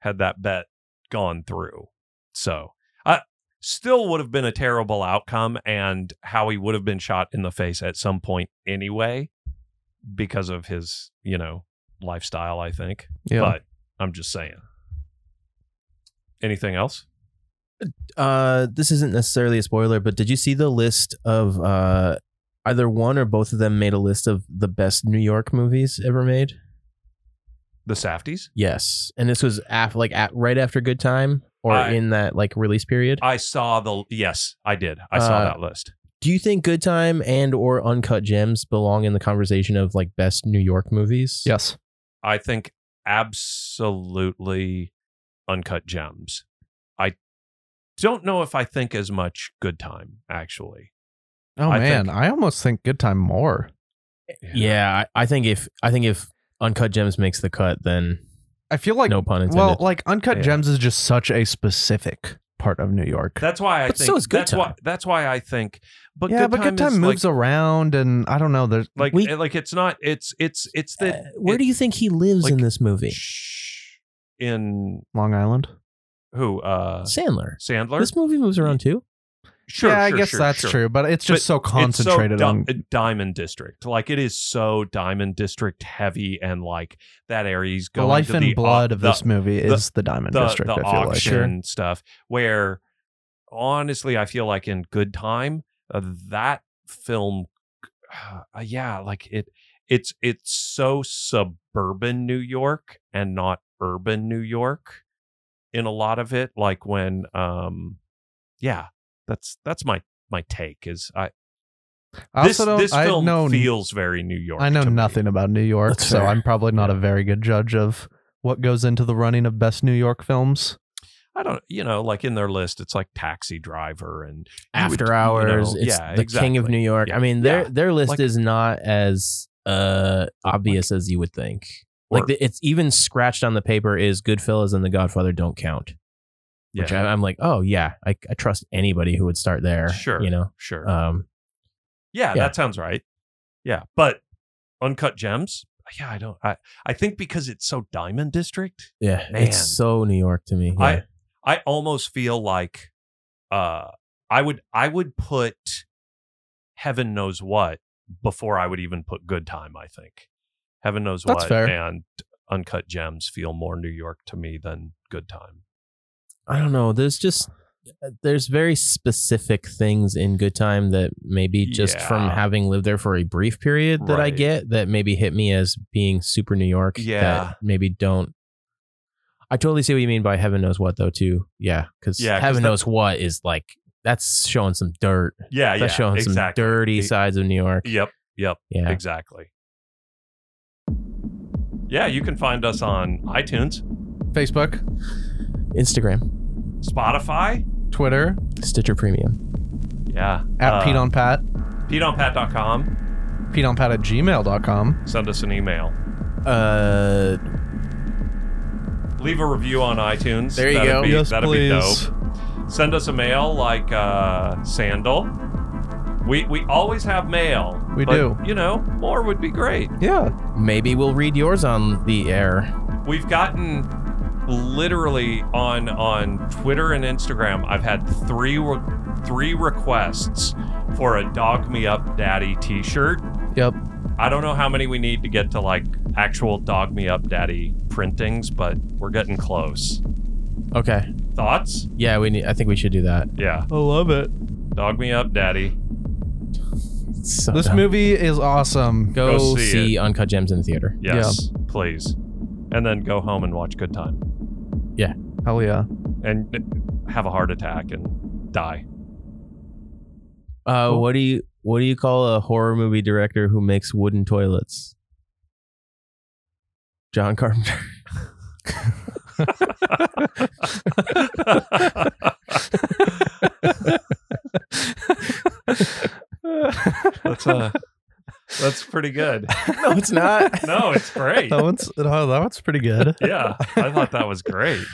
Speaker 1: had that bet gone through. So, I still would have been a terrible outcome, and Howie would have been shot in the face at some point anyway because of his you know lifestyle. I think,
Speaker 2: Yeah.
Speaker 1: but I'm just saying. Anything else?
Speaker 3: uh this isn't necessarily a spoiler but did you see the list of uh either one or both of them made a list of the best new york movies ever made
Speaker 1: The Safties.
Speaker 3: yes and this was af- like at, right after good time or
Speaker 1: I-
Speaker 3: in that like release period
Speaker 1: I saw the yes, I did. I saw
Speaker 3: Uh,
Speaker 1: that list.
Speaker 3: do you think good time and or uncut gems belong in the conversation of like best new york movies
Speaker 2: Yes.
Speaker 1: I think absolutely uncut gems. I don't know if I think as much good time actually.
Speaker 2: Oh
Speaker 1: I
Speaker 2: man,
Speaker 1: think-
Speaker 2: I almost think Good Time more.
Speaker 3: Eh, yeah I, I think if i think if uncut gems makes the cut then
Speaker 2: I feel like
Speaker 3: no pun intended
Speaker 2: well, like Uncut
Speaker 1: Yeah.
Speaker 2: Gems is just such a specific part of New York.
Speaker 1: That's why I
Speaker 3: But
Speaker 1: think
Speaker 3: so is Good
Speaker 1: that's
Speaker 3: Time.
Speaker 1: why that's why I think but
Speaker 2: yeah,
Speaker 1: good
Speaker 2: but
Speaker 1: time
Speaker 2: Good Time
Speaker 1: is
Speaker 2: moves
Speaker 1: like,
Speaker 2: around, and I don't know. There's
Speaker 1: like eh,
Speaker 3: We-
Speaker 1: like it's not it's it's it's the
Speaker 3: Uh, where do you think he lives
Speaker 1: like-
Speaker 3: in this movie?
Speaker 1: Shh. in
Speaker 2: Long Island.
Speaker 1: who uh
Speaker 3: Sandler.
Speaker 1: Sandler?
Speaker 3: This movie moves around too.
Speaker 1: sure,
Speaker 2: yeah, I
Speaker 1: sure,
Speaker 2: guess
Speaker 1: sure,
Speaker 2: that's
Speaker 1: sure.
Speaker 2: true, but it's just
Speaker 1: But
Speaker 2: so concentrated
Speaker 1: it's so
Speaker 2: on.
Speaker 1: di- uh, Diamond District. Like it is so Diamond District heavy, and like that area he's
Speaker 2: the
Speaker 1: going
Speaker 2: life
Speaker 1: to
Speaker 2: and
Speaker 1: the au-
Speaker 2: blood of
Speaker 1: the-
Speaker 2: this movie
Speaker 1: the-
Speaker 2: is the Diamond
Speaker 1: the,
Speaker 2: District.
Speaker 1: the
Speaker 2: I feel like.
Speaker 1: auction stuff. Where honestly, I feel like in Good Time, uh, that film, uh, yeah, like it, it's it's so suburban New York and not urban New York in a lot of it. Like when, um, yeah, that's that's my my take is I
Speaker 2: I
Speaker 1: this,
Speaker 2: also don't.
Speaker 1: this
Speaker 2: I
Speaker 1: film
Speaker 2: know
Speaker 1: feels very New York.
Speaker 2: I know
Speaker 1: to me.
Speaker 2: nothing about New York,
Speaker 3: That's
Speaker 2: so
Speaker 3: fair.
Speaker 2: I'm probably not a very good judge of what goes into the running of best New York films.
Speaker 1: I don't, you know, like in their list, it's like Taxi Driver and you would-
Speaker 3: After
Speaker 1: you
Speaker 3: Hours,
Speaker 1: know,
Speaker 3: it's
Speaker 1: yeah,
Speaker 3: the king of
Speaker 1: exactly.
Speaker 3: New York.
Speaker 1: Yeah.
Speaker 3: I mean, their
Speaker 1: Yeah.
Speaker 3: their list
Speaker 1: Like-
Speaker 3: is not as uh, obvious as you would think. Like
Speaker 1: Or-
Speaker 3: the, it's even scratched on the paper is Goodfellas and The Godfather don't count.
Speaker 1: yeah,
Speaker 3: Which I, I'm like, oh yeah, I, I trust anybody who would start there.
Speaker 1: Sure.
Speaker 3: you know.
Speaker 1: sure.
Speaker 3: Um,
Speaker 1: yeah,
Speaker 3: yeah.
Speaker 1: that sounds right. Yeah, but Uncut Gems, yeah, I don't. I I think because it's so Diamond District,
Speaker 3: yeah,
Speaker 1: Man.
Speaker 3: it's so New York to me. Yeah.
Speaker 1: I I almost feel like, uh, I would I would put Heaven knows what before I would even put Good Time. I think Heaven knows
Speaker 2: That's
Speaker 1: what
Speaker 2: fair.
Speaker 1: and Uncut Gems feel more New York to me than Good Time.
Speaker 3: I don't know. There's just uh, there's very specific things in Good Time that maybe just from
Speaker 1: Yeah.
Speaker 3: having lived there for a brief period that I
Speaker 1: Right.
Speaker 3: get that maybe hit me as being super New York.
Speaker 1: Yeah.
Speaker 3: That maybe don't. I totally see what you mean by heaven knows what though too. Yeah, because
Speaker 1: Yeah, 'cause
Speaker 3: heaven
Speaker 1: that-
Speaker 3: knows what is like that's showing some dirt.
Speaker 1: Yeah,
Speaker 3: That's
Speaker 1: yeah,
Speaker 3: showing
Speaker 1: exactly.
Speaker 3: some dirty
Speaker 1: E-
Speaker 3: sides of New York.
Speaker 1: Yep, yep.
Speaker 3: Yeah.
Speaker 1: Exactly. Yeah, you can find us on iTunes,
Speaker 2: Facebook,
Speaker 3: Instagram,
Speaker 1: Spotify.
Speaker 2: Twitter,
Speaker 3: Stitcher Premium.
Speaker 1: Yeah.
Speaker 2: at
Speaker 1: uh,
Speaker 2: Pete on Pat,
Speaker 1: PeteOnPat.com.
Speaker 2: Pete on Pat at gmail.com.
Speaker 1: Send us an email.
Speaker 3: Uh,
Speaker 1: Leave a review on iTunes.
Speaker 3: There you
Speaker 1: that'd
Speaker 3: go.
Speaker 1: Be,
Speaker 2: yes,
Speaker 1: that'd
Speaker 2: please.
Speaker 1: be dope. Send us a mail like uh, Sandal. We we always have mail.
Speaker 2: We
Speaker 1: but,
Speaker 2: do.
Speaker 1: You know, more would be great.
Speaker 2: Yeah,
Speaker 3: maybe we'll read yours on the air.
Speaker 1: We've gotten literally on on Twitter and Instagram. I've had three re- three requests for a "Dog Me Up, Daddy" T-shirt.
Speaker 2: yep.
Speaker 1: I don't know how many we need to get to like actual "Dog Me Up, Daddy" printings, but we're getting close.
Speaker 3: Okay.
Speaker 1: Thoughts?
Speaker 3: Yeah, we need. I think we should do that.
Speaker 1: Yeah,
Speaker 2: I love it.
Speaker 1: "Dog Me Up, Daddy."
Speaker 3: It's so
Speaker 2: This
Speaker 3: dumb.
Speaker 2: movie is awesome.
Speaker 3: Go,
Speaker 1: Go
Speaker 3: see,
Speaker 1: see
Speaker 3: Uncut Gems in the theater.
Speaker 1: Yes, please. And then go home and watch Good Time
Speaker 2: Hell yeah.
Speaker 1: and uh, have a heart attack and die.
Speaker 3: Uh, What do you What do you call a horror movie director who makes wooden toilets? John Carpenter.
Speaker 1: That's uh, that's pretty good.
Speaker 3: no, it's not.
Speaker 1: No, it's great.
Speaker 2: That one's, oh, that one's pretty good.
Speaker 1: Yeah, I thought that was great.